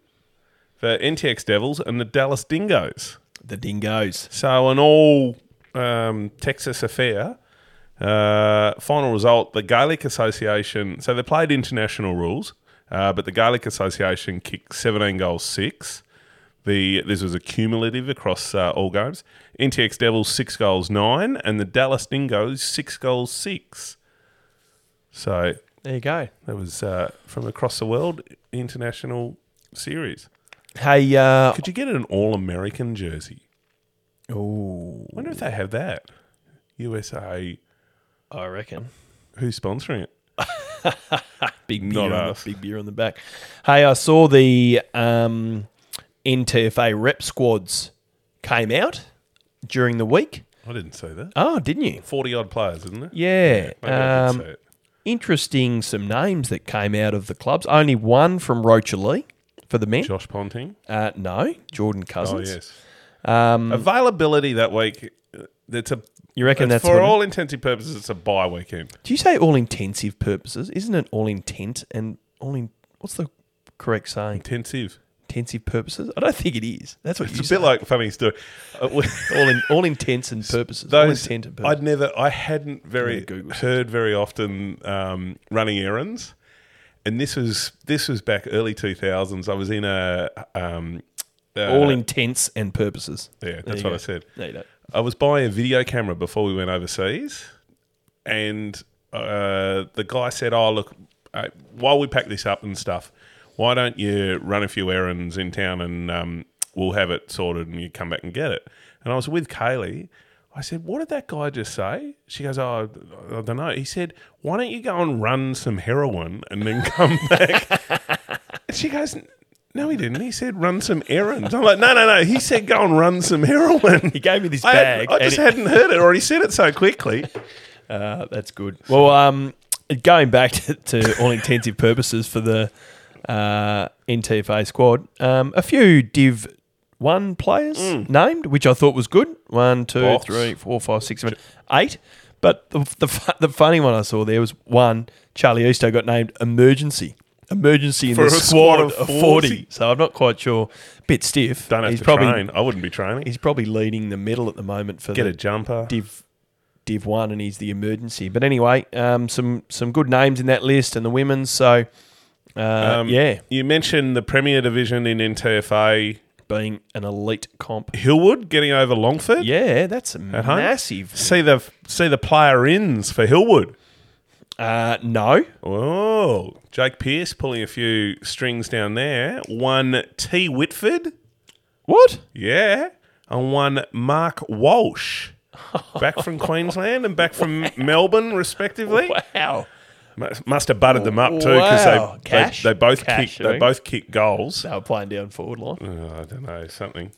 [SPEAKER 2] the NTX Devils, and the Dallas Dingoes.
[SPEAKER 3] The Dingoes.
[SPEAKER 2] So an all um, Texas affair. Uh, final result: the Gaelic Association. So they played international rules, uh, but the Gaelic Association kicked seventeen goals six. The this was a cumulative across uh, all games. NTX Devils six goals nine, and the Dallas Dingoes six goals six. So
[SPEAKER 3] There you go.
[SPEAKER 2] that was uh, from across the world international series.
[SPEAKER 3] Hey, uh,
[SPEAKER 2] Could you get an all American jersey?
[SPEAKER 3] oh,
[SPEAKER 2] Wonder if they have that. USA,
[SPEAKER 3] I reckon.
[SPEAKER 2] who's sponsoring it?
[SPEAKER 3] Big beer,
[SPEAKER 2] Not
[SPEAKER 3] on the,
[SPEAKER 2] us.
[SPEAKER 3] big beer on the back. Hey, I saw the um, NTFA rep squads came out during the week.
[SPEAKER 2] I didn't see that.
[SPEAKER 3] Oh, didn't you?
[SPEAKER 2] Forty odd players, isn't it?
[SPEAKER 3] Yeah.
[SPEAKER 2] Maybe I did
[SPEAKER 3] um,
[SPEAKER 2] see it.
[SPEAKER 3] interesting some names that came out of the clubs. Only one from Rochalee for the men.
[SPEAKER 2] Josh Ponting.
[SPEAKER 3] Uh, no, Jordan
[SPEAKER 2] Oh
[SPEAKER 3] Cousins.
[SPEAKER 2] yes.
[SPEAKER 3] Um,
[SPEAKER 2] Availability that week. uh, That's a
[SPEAKER 3] You reckon
[SPEAKER 2] that's
[SPEAKER 3] that's,
[SPEAKER 2] for
[SPEAKER 3] what it-
[SPEAKER 2] all intents and purposes, it's a bye weekend.
[SPEAKER 3] Do you say all intensive purposes? Isn't it all intent and all in? What's the correct saying?
[SPEAKER 2] Intensive.
[SPEAKER 3] Intensive purposes? I don't think it is. That's what
[SPEAKER 2] It's
[SPEAKER 3] you
[SPEAKER 2] a
[SPEAKER 3] say.
[SPEAKER 2] bit like funny story. Uh, we-
[SPEAKER 3] all in all intents and purposes. all
[SPEAKER 2] Those
[SPEAKER 3] intent and purposes.
[SPEAKER 2] I'd never, I hadn't very
[SPEAKER 3] me Google
[SPEAKER 2] heard very often um, running errands, and this was this was back early two thousands. I was in a um, uh,
[SPEAKER 3] all intents and purposes.
[SPEAKER 2] yeah,
[SPEAKER 3] There
[SPEAKER 2] that's what
[SPEAKER 3] you go.
[SPEAKER 2] I said.
[SPEAKER 3] No, you don't.
[SPEAKER 2] I was buying a video camera before we went overseas, and uh, the guy said, "Oh, look, uh, while we pack this up and stuff, why don't you run a few errands in town and um, we'll have it sorted and you come back and get it." And I was with Kaylee. I said, "What did that guy just say?" She goes, "Oh, I don't know." He said, "Why don't you go and run some heroin and then come *laughs* back?" And she goes. No, he didn't. He said run some errands. I'm like, no, no, no. He said go and run some heroin.
[SPEAKER 3] He gave me this
[SPEAKER 2] I, hadn't-
[SPEAKER 3] bag.
[SPEAKER 2] I
[SPEAKER 3] and
[SPEAKER 2] just
[SPEAKER 3] it-
[SPEAKER 2] hadn't heard it or he said it so quickly.
[SPEAKER 3] Uh, that's good. Well, um, going back *laughs* to, to all intensive purposes for the uh, NTFA squad, um, a few Div 1 players named, which I thought was good. One, two,
[SPEAKER 2] Mm. Box.
[SPEAKER 3] three, four, five, six, seven, eight. But the, the, fu- the funny one I saw there was one, Charlie Easto got named Emergency. Emergency in
[SPEAKER 2] For
[SPEAKER 3] the
[SPEAKER 2] a
[SPEAKER 3] squad,
[SPEAKER 2] squad
[SPEAKER 3] of,
[SPEAKER 2] of
[SPEAKER 3] 40.
[SPEAKER 2] 40.
[SPEAKER 3] So I'm not quite sure. Bit stiff.
[SPEAKER 2] Don't have
[SPEAKER 3] he's
[SPEAKER 2] to
[SPEAKER 3] probably
[SPEAKER 2] train. I wouldn't be training.
[SPEAKER 3] he's probably leading the medal at the moment for
[SPEAKER 2] Get
[SPEAKER 3] the
[SPEAKER 2] a jumper.
[SPEAKER 3] Div Div One, and he's the emergency. But anyway, um, some some good names in that list, and the women's. So, uh,
[SPEAKER 2] Um,
[SPEAKER 3] yeah,
[SPEAKER 2] You mentioned the Premier Division in NTFA.
[SPEAKER 3] being an elite comp.
[SPEAKER 2] Hillwood getting over Longford.
[SPEAKER 3] Yeah, that's
[SPEAKER 2] home?
[SPEAKER 3] massive.
[SPEAKER 2] See the see the player ins for Hillwood.
[SPEAKER 3] Uh, no,
[SPEAKER 2] Oh, Jake Pierce pulling a few strings down there. One T Whitford.
[SPEAKER 3] what?
[SPEAKER 2] Yeah. And one Mark Walsh. Back
[SPEAKER 3] *laughs*
[SPEAKER 2] from Queensland and back from Melbourne, respectively.
[SPEAKER 3] Wow,
[SPEAKER 2] Must, must have buttered them up too because
[SPEAKER 3] Wow.
[SPEAKER 2] they,
[SPEAKER 3] Cash?
[SPEAKER 2] they they both
[SPEAKER 3] Cash, eh?
[SPEAKER 2] kick
[SPEAKER 3] I
[SPEAKER 2] they
[SPEAKER 3] think.
[SPEAKER 2] both kick goals.
[SPEAKER 3] they were playing down forward line.
[SPEAKER 2] Oh, I don't know something,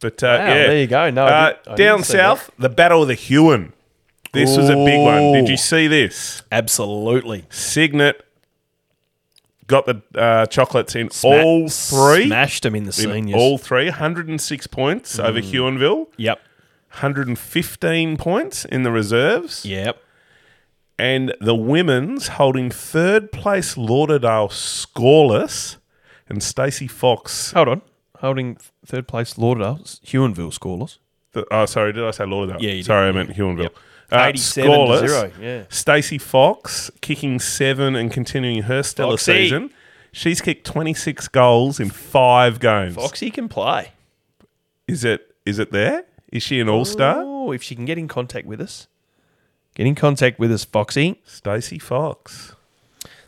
[SPEAKER 2] but uh,
[SPEAKER 3] Wow,
[SPEAKER 2] yeah,
[SPEAKER 3] there you go. No, I
[SPEAKER 2] uh,
[SPEAKER 3] didn't- I
[SPEAKER 2] down
[SPEAKER 3] didn't see that.
[SPEAKER 2] south, the Battle of the Huon. This was a big one. Did
[SPEAKER 3] Ooh.
[SPEAKER 2] you see this?
[SPEAKER 3] Absolutely,
[SPEAKER 2] Signet got the uh, chocolates in
[SPEAKER 3] Sma-
[SPEAKER 2] all three.
[SPEAKER 3] smashed them in the
[SPEAKER 2] in
[SPEAKER 3] seniors.
[SPEAKER 2] all three, 106 points over
[SPEAKER 3] Mm.
[SPEAKER 2] Huonville,
[SPEAKER 3] yep,
[SPEAKER 2] 115 points in the reserves.
[SPEAKER 3] yep.
[SPEAKER 2] and the women's holding third place Lauderdale scoreless and Stacey Fox.
[SPEAKER 3] Hold on, holding third place Lauderdale, Huonville scoreless.
[SPEAKER 2] th- oh, sorry, did I say Lauderdale?
[SPEAKER 3] Yeah, you did.
[SPEAKER 2] sorry, I meant Huonville. Uh,
[SPEAKER 3] 87 to zero, yeah.
[SPEAKER 2] Stacey Fox kicking seven and continuing her stellar
[SPEAKER 3] Foxy.
[SPEAKER 2] season. She's kicked 26 goals in five games.
[SPEAKER 3] Foxy can play.
[SPEAKER 2] Is it? Is it there? Is she an all star?
[SPEAKER 3] Oh, if she can get in contact with us, get in contact with us, Foxy.
[SPEAKER 2] Stacey Fox.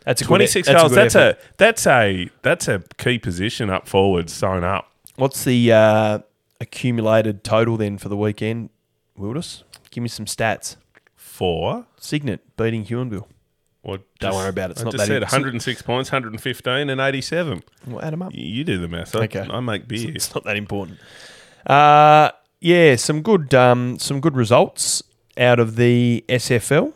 [SPEAKER 3] That's a good- e-
[SPEAKER 2] 26
[SPEAKER 3] that's
[SPEAKER 2] goals.
[SPEAKER 3] good
[SPEAKER 2] that's
[SPEAKER 3] effort.
[SPEAKER 2] a that's a that's a key position up forward, sewn up.
[SPEAKER 3] What's the uh, accumulated total then for the weekend, Wildus? Give me some stats.
[SPEAKER 2] Four.
[SPEAKER 3] Signet beating Huonville.
[SPEAKER 2] Or
[SPEAKER 3] Don't worry about it. It's
[SPEAKER 2] I
[SPEAKER 3] not
[SPEAKER 2] just
[SPEAKER 3] that
[SPEAKER 2] said
[SPEAKER 3] easy.
[SPEAKER 2] 106 points, 115, and 87.
[SPEAKER 3] We'll add them up.
[SPEAKER 2] Y- You do the math. I,
[SPEAKER 3] Okay.
[SPEAKER 2] I make beer.
[SPEAKER 3] It's not that important. Uh, yeah, some good um, some good results out of the SFL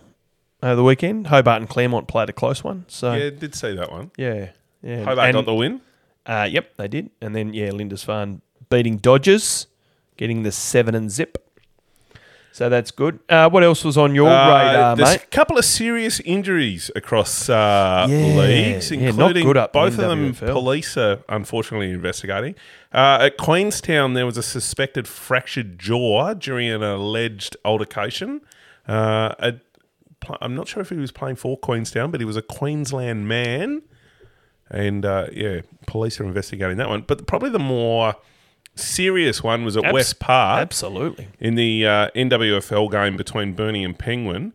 [SPEAKER 3] over the weekend. Hobart and Claremont played a close one. So
[SPEAKER 2] Yeah,
[SPEAKER 3] yeah,
[SPEAKER 2] did see that one.
[SPEAKER 3] yeah. yeah.
[SPEAKER 2] Hobart
[SPEAKER 3] And-
[SPEAKER 2] got the win.
[SPEAKER 3] Uh, yep, they did. And then yeah, Lindisfarne beating Dodgers, getting the seven and zip. So that's good. Uh, what else was on your
[SPEAKER 2] Uh,
[SPEAKER 3] radar,
[SPEAKER 2] there's
[SPEAKER 3] mate?
[SPEAKER 2] a couple of serious injuries across uh,
[SPEAKER 3] Yeah,
[SPEAKER 2] leagues,
[SPEAKER 3] yeah, not
[SPEAKER 2] including
[SPEAKER 3] good up
[SPEAKER 2] both
[SPEAKER 3] in
[SPEAKER 2] of them.
[SPEAKER 3] WFL.
[SPEAKER 2] Police are unfortunately investigating. Uh, at Queenstown, there was a suspected fractured jaw during an alleged altercation. Uh, a, pl- I'm not sure if he was playing for Queenstown, but he was a Queensland man. And uh, yeah, police are investigating that one. But probably the more serious one was at
[SPEAKER 3] Abs-
[SPEAKER 2] West Park
[SPEAKER 3] Absolutely.
[SPEAKER 2] in the uh, NWFL game between Burnie and Penguin.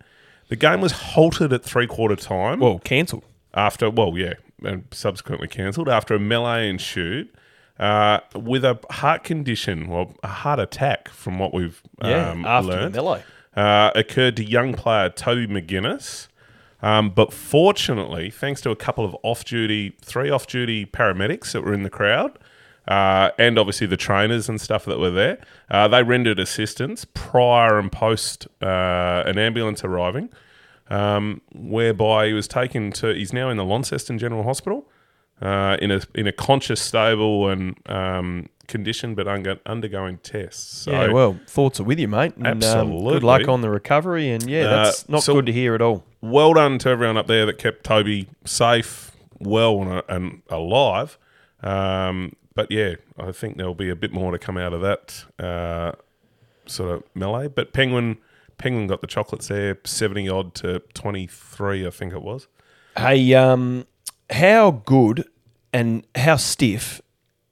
[SPEAKER 2] The game was halted at three quarter time
[SPEAKER 3] Well, cancelled.
[SPEAKER 2] after, well, yeah, and subsequently cancelled after a melee and shoot uh, with a heart condition, well, a heart attack from what we've
[SPEAKER 3] Yeah,
[SPEAKER 2] um,
[SPEAKER 3] after the
[SPEAKER 2] learned,
[SPEAKER 3] melee.
[SPEAKER 2] uh, occurred to young player Toby McGuinness. Um, but fortunately, thanks to a couple of off duty, three off duty paramedics that were in the crowd, uh, and obviously the trainers and stuff that were there, uh, they rendered assistance prior and post uh, an ambulance arriving, um, whereby he was taken to, he's now in the Launceston General Hospital. Uh, in a in a conscious, stable, and um, condition but ungo- undergoing tests. So
[SPEAKER 3] yeah, well, thoughts are with you, mate. And, um,
[SPEAKER 2] Absolutely.
[SPEAKER 3] good luck on the recovery, and yeah, that's
[SPEAKER 2] Uh,
[SPEAKER 3] not
[SPEAKER 2] so-
[SPEAKER 3] good to hear at all.
[SPEAKER 2] well done to everyone up there that kept Toby safe, well, and, and alive. Um, but yeah, I think there'll be a bit more to come out of that uh, sort of melee. But Penguin, Penguin got the chocolates there, seventy odd to twenty three, I think it was.
[SPEAKER 3] Hey, um, how good and how stiff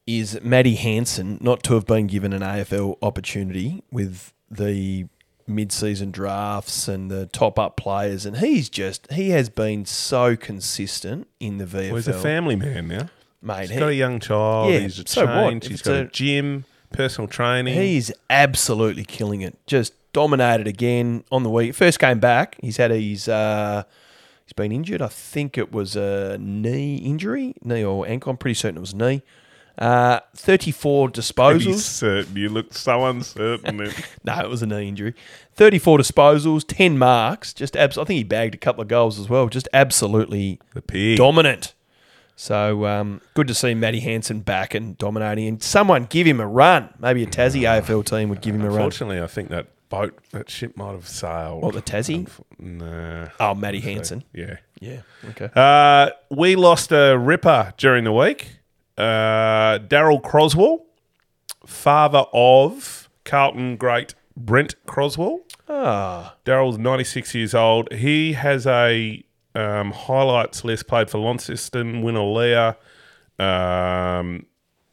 [SPEAKER 3] is Maddie Hansen not to have been given an AFL opportunity with the mid-season drafts and the top-up players? And he's just he has been so consistent in the VFL,
[SPEAKER 2] Well, he's a family man now.
[SPEAKER 3] mate.
[SPEAKER 2] He's got a
[SPEAKER 3] He,
[SPEAKER 2] young child.
[SPEAKER 3] Yeah,
[SPEAKER 2] he's
[SPEAKER 3] so what?
[SPEAKER 2] changed.
[SPEAKER 3] If
[SPEAKER 2] He's
[SPEAKER 3] it's
[SPEAKER 2] got a,
[SPEAKER 3] a-
[SPEAKER 2] gym, personal training.
[SPEAKER 3] he's absolutely killing it. Just dominated again on the week. First game back, he's had his. Uh, He's been injured. I think it was a knee injury, knee or ankle. I'm pretty certain it was knee. Uh, 34
[SPEAKER 2] He's
[SPEAKER 3] disposals.
[SPEAKER 2] certain. You look so
[SPEAKER 3] *laughs*
[SPEAKER 2] uncertain. then.
[SPEAKER 3] No, it was a knee injury. 34 disposals, 10 marks. Just abs- I think he bagged a couple of goals as well. Just absolutely
[SPEAKER 2] the pig.
[SPEAKER 3] dominant. So um, good to see Matty Hansen back and dominating. And someone give him a run. Maybe a Tassie AFL team would give him a run.
[SPEAKER 2] Unfortunately, I think that boat, that ship might have sailed.
[SPEAKER 3] What, the Tassie?
[SPEAKER 2] Unf- Nah.
[SPEAKER 3] Oh, Matty Hansen.
[SPEAKER 2] Yeah.
[SPEAKER 3] Yeah. Okay.
[SPEAKER 2] Uh, we lost a ripper during the week. Uh, Daryl Croswell, father of Carlton great Brent Croswell.
[SPEAKER 3] Ah,
[SPEAKER 2] Daryl's 96 years old. He has a um, highlights list played for Launceston, Winalea, um,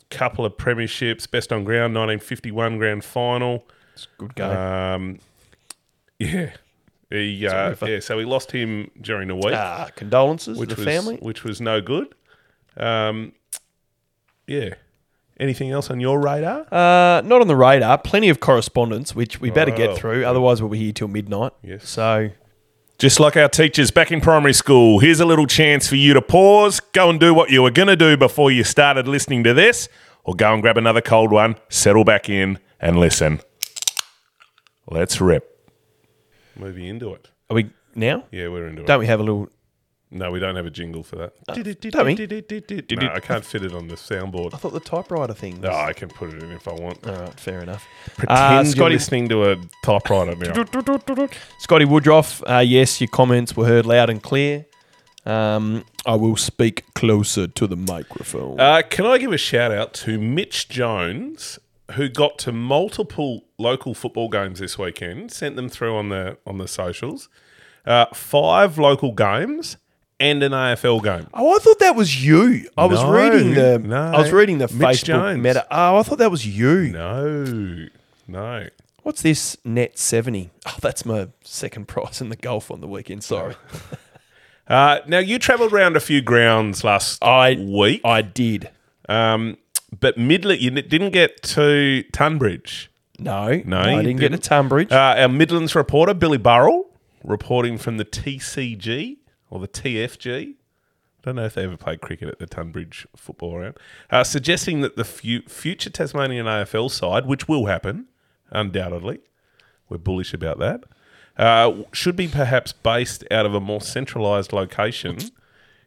[SPEAKER 2] couple of premierships, best on ground, 1951 grand final.
[SPEAKER 3] good game.
[SPEAKER 2] Um, yeah. He, uh, yeah, so we lost him during the week,
[SPEAKER 3] ah, condolences
[SPEAKER 2] which
[SPEAKER 3] to
[SPEAKER 2] was
[SPEAKER 3] the family.
[SPEAKER 2] which was no good. Um, yeah. Anything else on your radar?
[SPEAKER 3] Uh, not on the radar. Plenty of correspondence, which we better
[SPEAKER 2] Oh.
[SPEAKER 3] get through. Otherwise, we'll be here till midnight.
[SPEAKER 2] Yes.
[SPEAKER 3] So
[SPEAKER 2] Just like our teachers back in primary school, here's a little chance for you to pause, go and do what you were going to do before you started listening to this, or go and grab another cold one, settle back in, and listen. Let's rip. Moving into it.
[SPEAKER 3] are we now?
[SPEAKER 2] Yeah, we're into
[SPEAKER 3] Don't we have a little?
[SPEAKER 2] it. No, we don't have a jingle for that.
[SPEAKER 3] Don't we?
[SPEAKER 2] No, I can't fit it on the soundboard.
[SPEAKER 3] I *laughs* thought the typewriter thing.
[SPEAKER 2] No, I can put it in if I want.
[SPEAKER 3] All right, fair enough.
[SPEAKER 2] Pretend you're
[SPEAKER 3] Ah. Uh, Scotty-
[SPEAKER 2] listening to a typewriter now.
[SPEAKER 3] Scotty Woodruff, uh, yes, your comments were heard loud and clear. Um, I will speak closer to the microphone.
[SPEAKER 2] Uh, can I give a shout out to Mitch Jones, who got to multiple local football games this weekend? Sent them through on the on the socials. Uh, five local games and an AFL game.
[SPEAKER 3] oh, I thought that was you. I was
[SPEAKER 2] No,
[SPEAKER 3] reading the.
[SPEAKER 2] no.
[SPEAKER 3] I was reading the
[SPEAKER 2] Mitch
[SPEAKER 3] Facebook
[SPEAKER 2] Jones.
[SPEAKER 3] meta. Oh, I thought that was you.
[SPEAKER 2] No, no.
[SPEAKER 3] What's this net seventy? Oh, that's my second prize in the golf on the weekend. Sorry,
[SPEAKER 2] Uh, now you travelled around a few grounds last
[SPEAKER 3] I-
[SPEAKER 2] week,
[SPEAKER 3] *laughs* I did.
[SPEAKER 2] um, but Midland you didn't get to Tunbridge.
[SPEAKER 3] No, no,
[SPEAKER 2] you
[SPEAKER 3] I didn't, get to
[SPEAKER 2] didn't.
[SPEAKER 3] Tunbridge.
[SPEAKER 2] Uh, our Midlands reporter, Billy Burrell, reporting from the TCG or the TFG. don't know if they ever played cricket at the Tunbridge football round, uh, suggesting that the fu- future Tasmanian AFL side, which will happen, undoubtedly, we're bullish about that, uh, should be perhaps based out of a more centralised location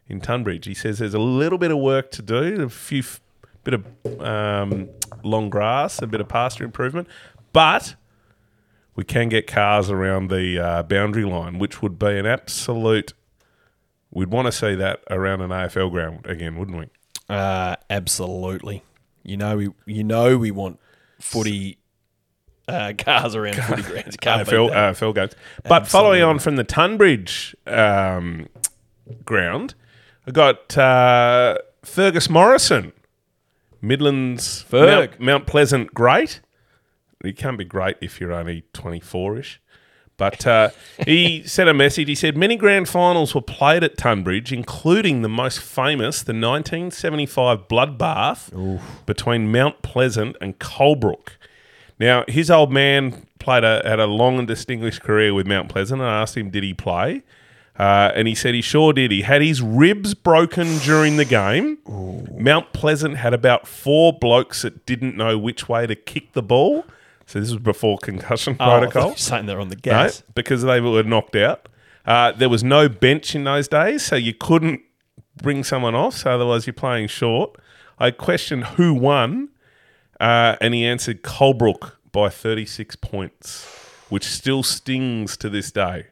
[SPEAKER 2] in Tunbridge. He says there's a little bit of work to do, a few f- bit of um, long grass, a bit of pasture improvement, but we can get cars around the uh, boundary line, which would be an absolute. We'd want to see that around an AFL ground again, wouldn't we?
[SPEAKER 3] Uh, absolutely. You know we you know we want footy uh, cars around footy grounds. You Can't beat
[SPEAKER 2] AFL,
[SPEAKER 3] that.
[SPEAKER 2] AFL games. But following on from the Tunbridge um, ground, I got uh, Fergus Morrison, Midlands
[SPEAKER 3] Ferg.
[SPEAKER 2] Mount, Mount Pleasant great. He can't be great if you're only 24 ish. But uh, he sent a message. He said many grand finals were played at Tunbridge, including the most famous, the 1975 bloodbath between Mount Pleasant and Colebrook. Now, his old man played a, had a long and distinguished career with Mount Pleasant. And I asked him, did he play? Uh, and he said he sure did. He had his ribs broken during the game. Mount Pleasant had about four blokes that didn't know which way to kick the ball. So this was before concussion
[SPEAKER 3] Oh, I thought you *laughs*
[SPEAKER 2] protocol.
[SPEAKER 3] were saying they're on the
[SPEAKER 2] No,
[SPEAKER 3] gas.
[SPEAKER 2] because they were knocked out. Uh, there was no bench in those days, so you couldn't bring someone off. So otherwise, you're playing short. I questioned who won. Uh, and he answered Colbrook by 36 points, which still stings to this day.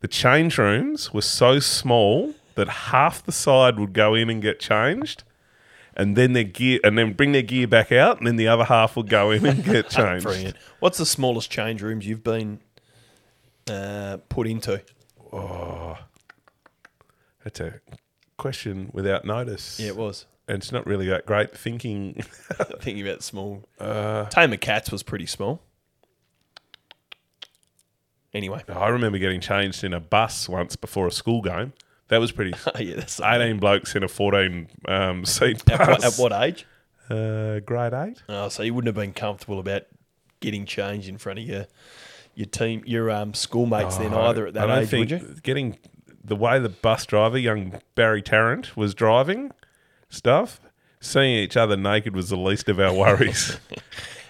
[SPEAKER 2] The change rooms were so small that half the side would go in and get changed, and then their gear, and then bring their gear back out, and then the other half would go in and get changed.
[SPEAKER 3] Brilliant. What's the smallest change rooms you've been uh, put into?
[SPEAKER 2] That's a question without notice.
[SPEAKER 3] Yeah, it was.
[SPEAKER 2] and it's not really that great thinking. *laughs*
[SPEAKER 3] Thinking about small. Uh, Tamer Cats was pretty small. Anyway. *laughs*
[SPEAKER 2] I remember getting changed in a bus once before a school game. That was
[SPEAKER 3] *laughs*
[SPEAKER 2] pretty.
[SPEAKER 3] yeah, that's at,
[SPEAKER 2] 18 blokes in a 14 um, *laughs* seat
[SPEAKER 3] what,
[SPEAKER 2] bus.
[SPEAKER 3] at what age?
[SPEAKER 2] Uh, grade eight.
[SPEAKER 3] Oh, so you wouldn't have been comfortable about getting changed in front of your your team, your um, schoolmates then either at
[SPEAKER 2] Oh, I
[SPEAKER 3] that
[SPEAKER 2] don't
[SPEAKER 3] age,
[SPEAKER 2] think
[SPEAKER 3] would you?
[SPEAKER 2] getting the way the bus driver, young Barry Tarrant, was driving stuff, seeing each other naked was the least of our worries.
[SPEAKER 3] *laughs*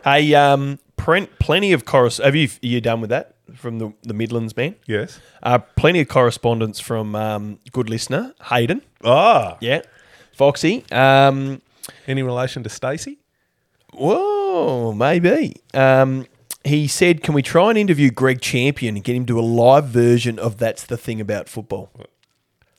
[SPEAKER 3] Hey, um, print plenty of corres. Have you are you done with that from the, the Midlands man?
[SPEAKER 2] yes.
[SPEAKER 3] Uh, plenty of correspondence from um, good listener Hayden.
[SPEAKER 2] Ah,
[SPEAKER 3] Yeah, Foxy. Um,
[SPEAKER 2] any relation to Stacey?
[SPEAKER 3] whoa, maybe. Um, he said, "Can we try and interview Greg Champion and get him to a live version of That's the Thing About Football?"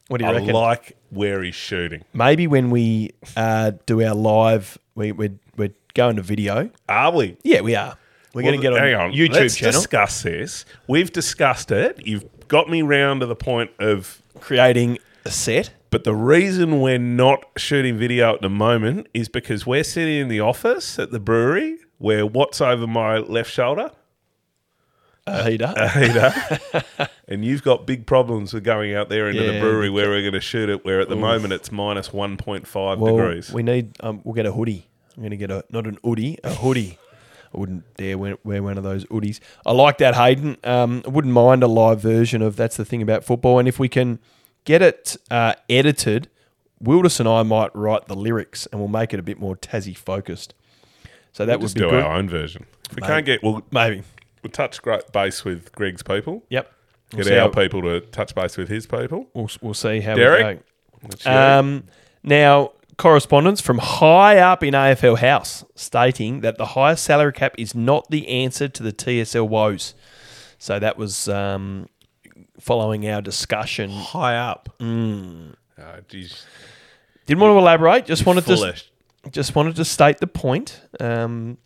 [SPEAKER 3] What do you
[SPEAKER 2] I
[SPEAKER 3] reckon?
[SPEAKER 2] like where he's shooting.
[SPEAKER 3] Maybe when we uh, do our live, we, we're, we're going to video.
[SPEAKER 2] Are we?
[SPEAKER 3] Yeah, we are. We're going to get on,
[SPEAKER 2] hang on.
[SPEAKER 3] YouTube
[SPEAKER 2] Let's
[SPEAKER 3] channel
[SPEAKER 2] discuss this. We've discussed it. You've got me round to the point of
[SPEAKER 3] creating a set.
[SPEAKER 2] But the reason we're not shooting video at the moment is because we're sitting in the office at the brewery where what's over my left shoulder,
[SPEAKER 3] Uh, he does.
[SPEAKER 2] Peter, and you've got big problems with going out there into the
[SPEAKER 3] Yeah,
[SPEAKER 2] brewery where we're going to shoot it, where at the moment it's minus 1.5
[SPEAKER 3] well,
[SPEAKER 2] degrees.
[SPEAKER 3] we need. Um, we'll get a hoodie. I'm going to get a not an hoodie, a hoodie. I wouldn't dare wear, wear one of those hoodies. I like that, Hayden. Um, I wouldn't mind a live version of that's the thing about football. And if we can get it uh, edited, Wildus and I might write the lyrics and we'll make it a bit more Tassie focused. So that
[SPEAKER 2] Just
[SPEAKER 3] would be
[SPEAKER 2] do
[SPEAKER 3] good.
[SPEAKER 2] our own version. If we can't get, we'll,
[SPEAKER 3] Maybe.
[SPEAKER 2] we'll touch great base with Greg's people,
[SPEAKER 3] Yep.
[SPEAKER 2] get
[SPEAKER 3] see
[SPEAKER 2] our
[SPEAKER 3] how-
[SPEAKER 2] people to touch base with his people.
[SPEAKER 3] We'll, we'll see how
[SPEAKER 2] Derek?
[SPEAKER 3] we go. Um, now, correspondence from high up in AFL House stating that the higher salary cap is not the answer to the TSL woes. So that was um, following our discussion. Mm.
[SPEAKER 2] High up. Oh, geez.
[SPEAKER 3] Didn't want to elaborate. Just wanted to
[SPEAKER 2] Foolish.
[SPEAKER 3] just wanted to state the point. Um,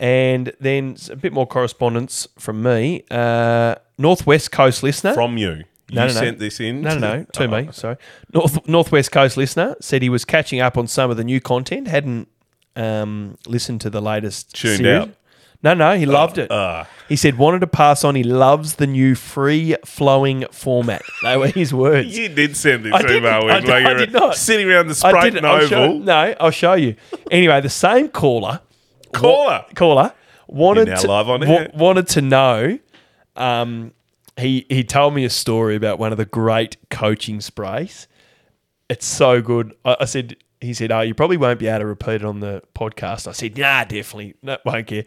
[SPEAKER 3] and then a bit more correspondence from me. Uh, Northwest Coast listener
[SPEAKER 2] From you. You
[SPEAKER 3] No, no, no.
[SPEAKER 2] sent this in?
[SPEAKER 3] No,
[SPEAKER 2] to- Oh. *laughs*
[SPEAKER 3] no, no. To me, sorry. North Northwest Coast listener said he was catching up on some of the new content. Hadn't um, listened to the latest.
[SPEAKER 2] Tuned
[SPEAKER 3] series.
[SPEAKER 2] out.
[SPEAKER 3] No, no, he loved it.
[SPEAKER 2] ah.
[SPEAKER 3] he said wanted to pass on. He loves the new free flowing format. *laughs* they were his words.
[SPEAKER 2] You did send this
[SPEAKER 3] I didn't.
[SPEAKER 2] email
[SPEAKER 3] I
[SPEAKER 2] when
[SPEAKER 3] d- I
[SPEAKER 2] you were
[SPEAKER 3] did not.
[SPEAKER 2] sitting around the
[SPEAKER 3] I
[SPEAKER 2] Sprite
[SPEAKER 3] didn't. I'll show-
[SPEAKER 2] Novel.
[SPEAKER 3] no, I'll show you. Anyway, the same caller,
[SPEAKER 2] Caller.
[SPEAKER 3] caller wanted
[SPEAKER 2] You're now
[SPEAKER 3] to,
[SPEAKER 2] live on air.
[SPEAKER 3] wanted to know. Um, he he told me a story about one of the great coaching sprays. It's so good. I, I said. He said, "Oh, you probably won't be able to repeat it on the podcast." I said, "Nah, definitely, no, won't care."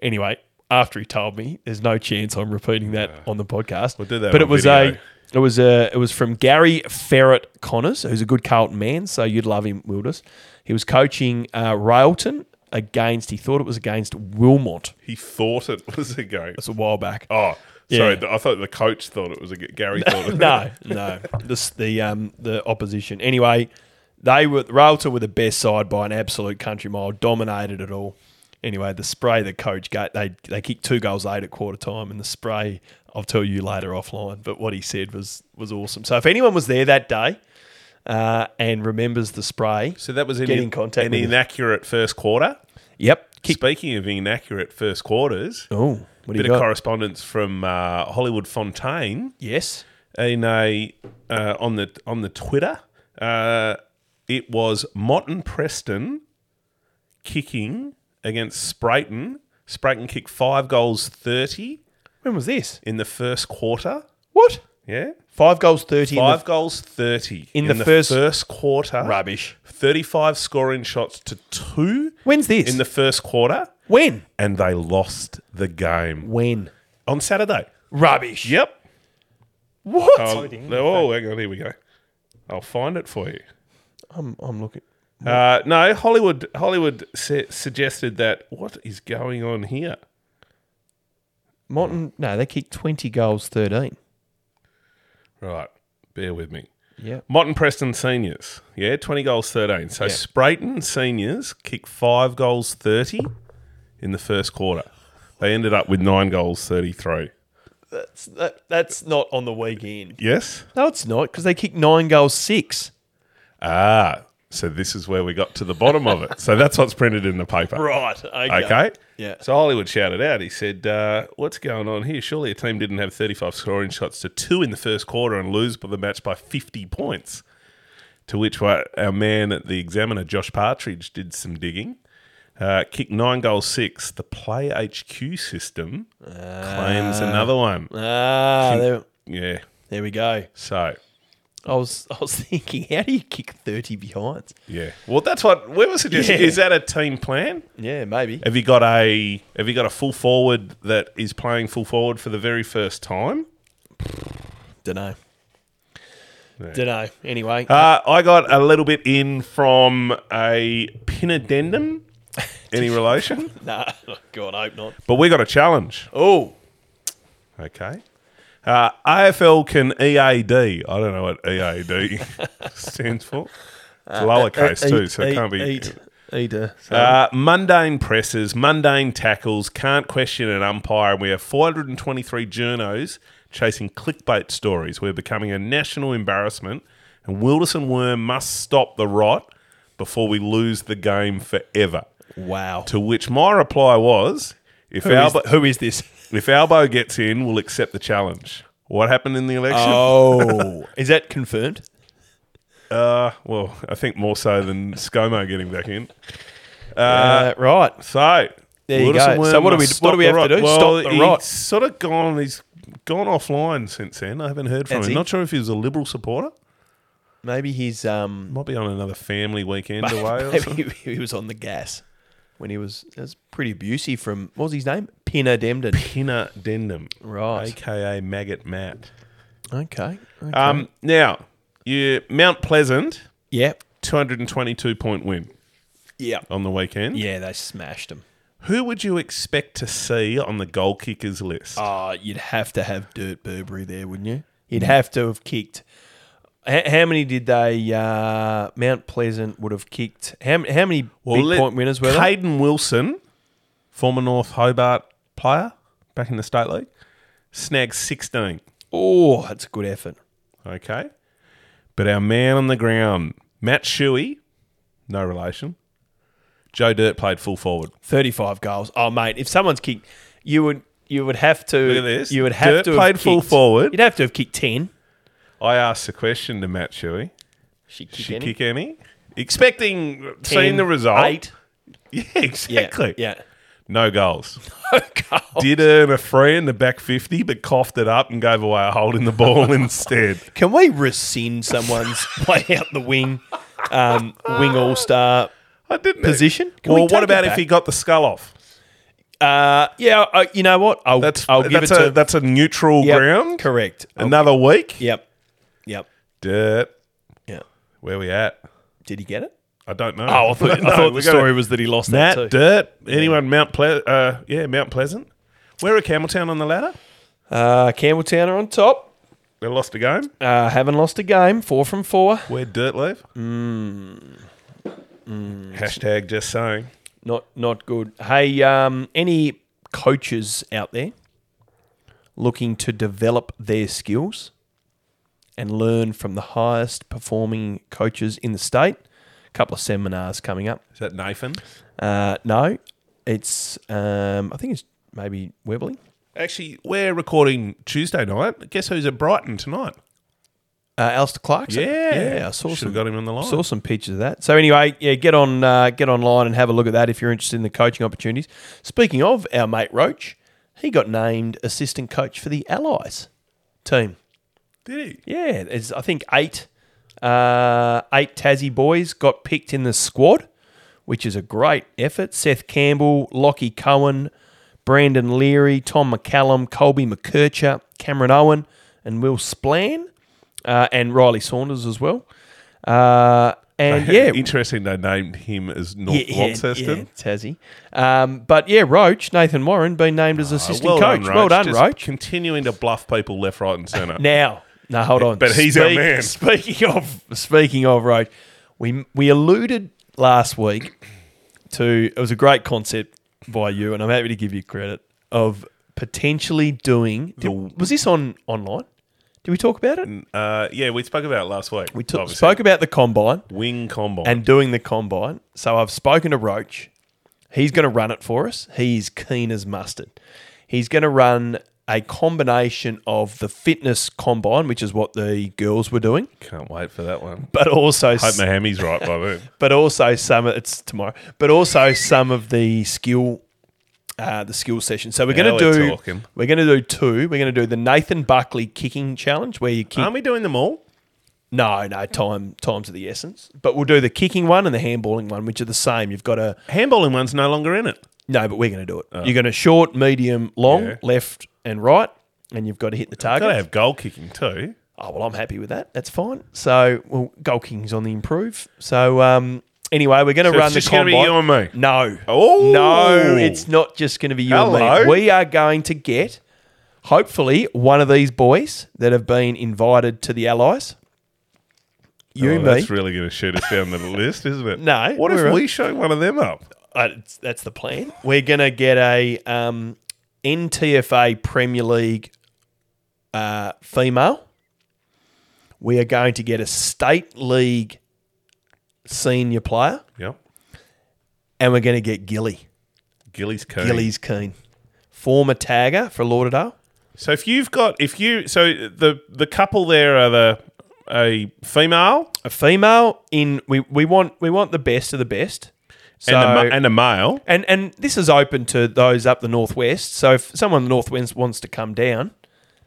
[SPEAKER 3] Anyway, after he told me, there's no chance I'm repeating that on the podcast.
[SPEAKER 2] do that
[SPEAKER 3] But
[SPEAKER 2] on
[SPEAKER 3] it was
[SPEAKER 2] video.
[SPEAKER 3] a it was a. It was from Gary Ferret Connors, who's a good Carlton man, so you'd love him, Wilders. He was coaching uh, Railton against. He thought it was against Wilmot.
[SPEAKER 2] He thought it was a game.
[SPEAKER 3] That's a while back.
[SPEAKER 2] Oh, sorry.
[SPEAKER 3] Yeah.
[SPEAKER 2] th- I thought the coach thought it was a g- Gary
[SPEAKER 3] *laughs*
[SPEAKER 2] thought it.
[SPEAKER 3] no, no. This the um the opposition. Anyway, they were Railton were the best side by an absolute country mile. Dominated it all. Anyway, the spray the coach got they they kicked two goals eight at quarter time, and the spray I'll tell you later offline. But what he said was was awesome. So if anyone was there that day uh, and remembers the spray,
[SPEAKER 2] So that was an,
[SPEAKER 3] Get in contact
[SPEAKER 2] an
[SPEAKER 3] with us.
[SPEAKER 2] inaccurate first quarter.
[SPEAKER 3] yep, kick.
[SPEAKER 2] Speaking of inaccurate first quarters, a
[SPEAKER 3] Oh, what do
[SPEAKER 2] bit
[SPEAKER 3] you
[SPEAKER 2] of
[SPEAKER 3] got?
[SPEAKER 2] correspondence from uh, Hollywood Fontaine
[SPEAKER 3] yes,
[SPEAKER 2] in a uh, on the on the Twitter. Uh, it was Motton Preston kicking against Sprayton. Sprayton kicked five goals, thirty.
[SPEAKER 3] when was this?
[SPEAKER 2] in the first quarter.
[SPEAKER 3] What
[SPEAKER 2] Yeah.
[SPEAKER 3] five goals thirty? in the-
[SPEAKER 2] Five goals, 30.
[SPEAKER 3] in the first-
[SPEAKER 2] quarter.
[SPEAKER 3] Rubbish.
[SPEAKER 2] 35 scoring shots to two
[SPEAKER 3] when's this?
[SPEAKER 2] in the first quarter.
[SPEAKER 3] when
[SPEAKER 2] And they lost the game
[SPEAKER 3] when
[SPEAKER 2] on Saturday.
[SPEAKER 3] rubbish?
[SPEAKER 2] Yep.
[SPEAKER 3] What?
[SPEAKER 2] Oh, no, oh, hang on. Here we go. I'll find it for you.
[SPEAKER 3] I'm, I'm looking.
[SPEAKER 2] Uh, no, Hollywood Hollywood su- suggested that what is going on here?
[SPEAKER 3] Morton, no, they kicked 20 goals, 13.
[SPEAKER 2] Right, bear with me.
[SPEAKER 3] Yeah.
[SPEAKER 2] Mott and Preston seniors, yeah, twenty goals, thirteen. So Sprayton seniors kicked five goals, thirty in the first quarter. They ended up with nine goals, thirty-three.
[SPEAKER 3] That's that, that's not on the weekend.
[SPEAKER 2] Yes.
[SPEAKER 3] No, it's not because they kicked nine goals, six.
[SPEAKER 2] Ah, so this is where we got to the bottom of it. So that's what's printed in the paper.
[SPEAKER 3] Right. Okay.
[SPEAKER 2] Okay.
[SPEAKER 3] Yeah.
[SPEAKER 2] So Hollywood shouted out. He said, uh, "What's going on here? Surely a team didn't have 35 scoring shots to two in the first quarter and lose by the match by 50 points." To which wa- our man at the Examiner, Josh Partridge, did some digging. Uh, kicked nine goals six. The Play HQ system claims
[SPEAKER 3] Uh,
[SPEAKER 2] another one.
[SPEAKER 3] Ah, there,
[SPEAKER 2] Yeah.
[SPEAKER 3] there we go.
[SPEAKER 2] So
[SPEAKER 3] I was *laughs* I was thinking, how do you kick 30 behinds?
[SPEAKER 2] yeah. Well, that's what we were suggesting.
[SPEAKER 3] Yeah.
[SPEAKER 2] Is that a team plan?
[SPEAKER 3] Yeah, maybe.
[SPEAKER 2] Have you got a Have you got a full forward that is playing full forward for the very first time?
[SPEAKER 3] Don't know.
[SPEAKER 2] Yeah.
[SPEAKER 3] Don't know. Anyway,
[SPEAKER 2] Uh, I got a little bit in from a pin addendum. Any relation?
[SPEAKER 3] *laughs* nah. God, I hope not.
[SPEAKER 2] But we got a challenge.
[SPEAKER 3] Oh,
[SPEAKER 2] Okay. Uh, AFL can EAD. I don't know what EAD *laughs* stands for. It's
[SPEAKER 3] E
[SPEAKER 2] lowercase too, so it can't be.
[SPEAKER 3] Eat, eat, uh, so-
[SPEAKER 2] Uh, mundane presses, mundane tackles, can't question an umpire, and we have 423 journos chasing clickbait stories. We're becoming a national embarrassment, and Wilderson Worm must stop the rot before we lose the game forever.
[SPEAKER 3] wow.
[SPEAKER 2] To which my reply was, if
[SPEAKER 3] Who is,
[SPEAKER 2] Albo,
[SPEAKER 3] who is this? *laughs*
[SPEAKER 2] if Albo gets in, we'll accept the challenge. What happened in the election?
[SPEAKER 3] Oh, is that confirmed?
[SPEAKER 2] Uh, well, I think more so than ScoMo getting back in. Ah.
[SPEAKER 3] Uh, right.
[SPEAKER 2] So
[SPEAKER 3] There you
[SPEAKER 2] Wilderson
[SPEAKER 3] go.
[SPEAKER 2] Worm
[SPEAKER 3] So what do we-
[SPEAKER 2] must
[SPEAKER 3] what do
[SPEAKER 2] stop
[SPEAKER 3] we
[SPEAKER 2] the
[SPEAKER 3] have to
[SPEAKER 2] rot.
[SPEAKER 3] do?
[SPEAKER 2] Well,
[SPEAKER 3] Stop the
[SPEAKER 2] he's
[SPEAKER 3] rot.
[SPEAKER 2] Sort of gone. He's gone offline since then. I haven't heard from
[SPEAKER 3] Has
[SPEAKER 2] him.
[SPEAKER 3] he?
[SPEAKER 2] Not sure if he was a Liberal supporter.
[SPEAKER 3] Maybe he's um.
[SPEAKER 2] Might be on another family weekend away. Or something.
[SPEAKER 3] *laughs* Maybe *laughs* he, he was on the gas when he was. It was pretty abusive from what was his name? Pinner Demden.
[SPEAKER 2] Pinner Dendum,
[SPEAKER 3] Right.
[SPEAKER 2] aka Maggot Matt.
[SPEAKER 3] *laughs* Okay. okay.
[SPEAKER 2] Um, now you Mount Pleasant,
[SPEAKER 3] yep.
[SPEAKER 2] two hundred and twenty-two point win
[SPEAKER 3] Yep.
[SPEAKER 2] on the weekend.
[SPEAKER 3] Yeah, they smashed him.
[SPEAKER 2] Who would you expect to see on the goal kickers list?
[SPEAKER 3] Oh, you'd have to have Dirt Burberry there, wouldn't you? You'd have to have kicked. H- how many did they? Uh, Mount Pleasant would have kicked. How, m- how many big
[SPEAKER 2] let-
[SPEAKER 3] point winners were there?
[SPEAKER 2] Caden Wilson, former North Hobart player back in the state league, snagged 16.
[SPEAKER 3] Oh, that's a good effort.
[SPEAKER 2] Okay. But our man on the ground, Matt Shuey, no relation. Joe Dirt played full forward.
[SPEAKER 3] Thirty-five goals. Oh, mate, if someone's kicked, you would you would have to.
[SPEAKER 2] Look at this.
[SPEAKER 3] You would
[SPEAKER 2] Dirt
[SPEAKER 3] have to have
[SPEAKER 2] played full
[SPEAKER 3] kicked-
[SPEAKER 2] forward.
[SPEAKER 3] You'd have to have kicked ten.
[SPEAKER 2] I asked the question to Matt Shuey.
[SPEAKER 3] She kicked
[SPEAKER 2] Did she
[SPEAKER 3] any?
[SPEAKER 2] kick any? Expecting
[SPEAKER 3] 10,
[SPEAKER 2] seeing the result.
[SPEAKER 3] Eight.
[SPEAKER 2] *laughs* Yeah,
[SPEAKER 3] Yeah.
[SPEAKER 2] exactly. *laughs* Oh,
[SPEAKER 3] Yeah.
[SPEAKER 2] No
[SPEAKER 3] *laughs*
[SPEAKER 2] goals.
[SPEAKER 3] Goal.
[SPEAKER 2] Did earn a free in the back 50, but coughed it up and gave away a hold in the ball *laughs* instead.
[SPEAKER 3] Can we rescind *laughs* someone's play out the wing, um, wing all star
[SPEAKER 2] I didn't.
[SPEAKER 3] position? Can we
[SPEAKER 2] well,
[SPEAKER 3] take
[SPEAKER 2] what about
[SPEAKER 3] it
[SPEAKER 2] if
[SPEAKER 3] back?
[SPEAKER 2] he got the skull off?
[SPEAKER 3] Uh, yeah, I, you know what? I'll,
[SPEAKER 2] That's
[SPEAKER 3] I'll give
[SPEAKER 2] that's
[SPEAKER 3] it
[SPEAKER 2] a
[SPEAKER 3] to
[SPEAKER 2] that's a neutral
[SPEAKER 3] Yep,
[SPEAKER 2] ground.
[SPEAKER 3] Correct.
[SPEAKER 2] Another week.
[SPEAKER 3] Yep. Yep.
[SPEAKER 2] Dirt.
[SPEAKER 3] Yeah.
[SPEAKER 2] Where we at?
[SPEAKER 3] Did he get it?
[SPEAKER 2] I don't know.
[SPEAKER 3] Oh,
[SPEAKER 2] *laughs*
[SPEAKER 3] I thought,
[SPEAKER 2] No,
[SPEAKER 3] I thought
[SPEAKER 2] we
[SPEAKER 3] the
[SPEAKER 2] gotta-
[SPEAKER 3] story was that he lost
[SPEAKER 2] Matt
[SPEAKER 3] that too.
[SPEAKER 2] Dirt. Anyone Mount Ple- uh Yeah, Mount Pleasant. Where are Campbelltown on the ladder?
[SPEAKER 3] Uh, Campbelltown are on top.
[SPEAKER 2] They lost a game.
[SPEAKER 3] Uh, haven't lost a game. Four from four.
[SPEAKER 2] Where Dirt
[SPEAKER 3] *laughs*
[SPEAKER 2] leave?
[SPEAKER 3] Mm.
[SPEAKER 2] Hashtag just saying.
[SPEAKER 3] Not not good. Hey, um, any coaches out there looking to develop their skills and learn from the highest performing coaches in the state? A couple of seminars coming up.
[SPEAKER 2] Is that Nathan?
[SPEAKER 3] Uh, no, it's um, I think it's maybe Webley.
[SPEAKER 2] Actually, we're recording Tuesday night. Guess who's at Brighton tonight?
[SPEAKER 3] Uh, Alistair Clarkson.
[SPEAKER 2] Yeah.
[SPEAKER 3] yeah. I saw
[SPEAKER 2] Should've
[SPEAKER 3] some
[SPEAKER 2] got him on the line.
[SPEAKER 3] saw some pictures of that. So anyway, yeah, get on uh, get online and have a look at that if you're interested in the coaching opportunities. Speaking of our mate Roach, he got named assistant coach for the Allies team.
[SPEAKER 2] Did he?
[SPEAKER 3] Yeah, there's I think eight uh, eight Tassie boys got picked in the squad, which is a great effort. Seth Campbell, Lockie Cohen, Brandon Leary, Tom McCallum, Colby McKercher, Cameron Owen, and Will Splann, uh, and Riley Saunders as well. Uh, And *laughs* yeah,
[SPEAKER 2] *laughs* Interesting they named him as North Launceston.
[SPEAKER 3] yeah, Tassie. Um, but yeah, Roach, Nathan Warren, been named as
[SPEAKER 2] Oh,
[SPEAKER 3] assistant coach. Ah, well done,
[SPEAKER 2] Just
[SPEAKER 3] Roach.
[SPEAKER 2] Continuing to bluff people left, right, and centre.
[SPEAKER 3] *laughs* Now, no, hold on.
[SPEAKER 2] But he's our man.
[SPEAKER 3] Speaking of speaking of road, we we alluded last week to it was a great concept by you, and I'm happy to give you credit of potentially doing. did- was this on online? Did we talk about it?
[SPEAKER 2] Uh, yeah, we spoke about it last week.
[SPEAKER 3] We took
[SPEAKER 2] obviously.
[SPEAKER 3] spoke about the combine
[SPEAKER 2] wing combine.
[SPEAKER 3] and doing the combine. So I've spoken to Roach. He's going to run it for us. He's keen as mustard. He's going to run a combination of the fitness combine, which is what the girls were doing,
[SPEAKER 2] Can't wait for that
[SPEAKER 3] *laughs*
[SPEAKER 2] one.
[SPEAKER 3] but also
[SPEAKER 2] Hope my hammy's right by
[SPEAKER 3] *laughs*
[SPEAKER 2] then.
[SPEAKER 3] but also some of it's tomorrow, but also some of the skill uh, the skill session. So we're
[SPEAKER 2] Now
[SPEAKER 3] going to
[SPEAKER 2] we're
[SPEAKER 3] do
[SPEAKER 2] talking.
[SPEAKER 3] we're going to do two. We're going to do the Nathan Buckley kicking challenge where you kick
[SPEAKER 2] Aren't we doing them all?
[SPEAKER 3] no, no, time times of the essence. But we'll do the kicking one and the handballing one, which are the same. You've got to
[SPEAKER 2] Handballing one's no longer in it.
[SPEAKER 3] no, but we're going to do it. You're going to short, medium, long,
[SPEAKER 2] Yeah.
[SPEAKER 3] left and right, and you've got to hit the target.
[SPEAKER 2] Gotta have goal kicking too.
[SPEAKER 3] Oh well, I'm happy with that. That's fine. So, well, goal kicking's on the improve. So, um, anyway, we're going to
[SPEAKER 2] So
[SPEAKER 3] run
[SPEAKER 2] it's
[SPEAKER 3] the
[SPEAKER 2] just gonna be
[SPEAKER 3] combine.
[SPEAKER 2] you and me?
[SPEAKER 3] No,
[SPEAKER 2] Oh.
[SPEAKER 3] no, it's not just going to be you and
[SPEAKER 2] Hello.
[SPEAKER 3] me. We are going to get, hopefully, one of these boys that have been invited to the allies. You,
[SPEAKER 2] Oh,
[SPEAKER 3] and me.
[SPEAKER 2] That's really going to shoot us
[SPEAKER 3] *laughs*
[SPEAKER 2] down the list, isn't it?
[SPEAKER 3] No,
[SPEAKER 2] What
[SPEAKER 3] we're
[SPEAKER 2] if
[SPEAKER 3] right.
[SPEAKER 2] we show one of them up?
[SPEAKER 3] Uh, it's- that's the plan. We're gonna get a um, NTFA Premier League uh, female. We are going to get a state league senior player,
[SPEAKER 2] Yep.
[SPEAKER 3] and we're going to get Gilly.
[SPEAKER 2] Gilly's Cone.
[SPEAKER 3] Gilly's keen, former tagger for Lauderdale.
[SPEAKER 2] So if you've got if you so the the couple there are the a female
[SPEAKER 3] A female in we, we want we want the best of the best. So,
[SPEAKER 2] and, a, ma- and a male.
[SPEAKER 3] And and this is open to those up the northwest. So if someone in the northwest wants to come down,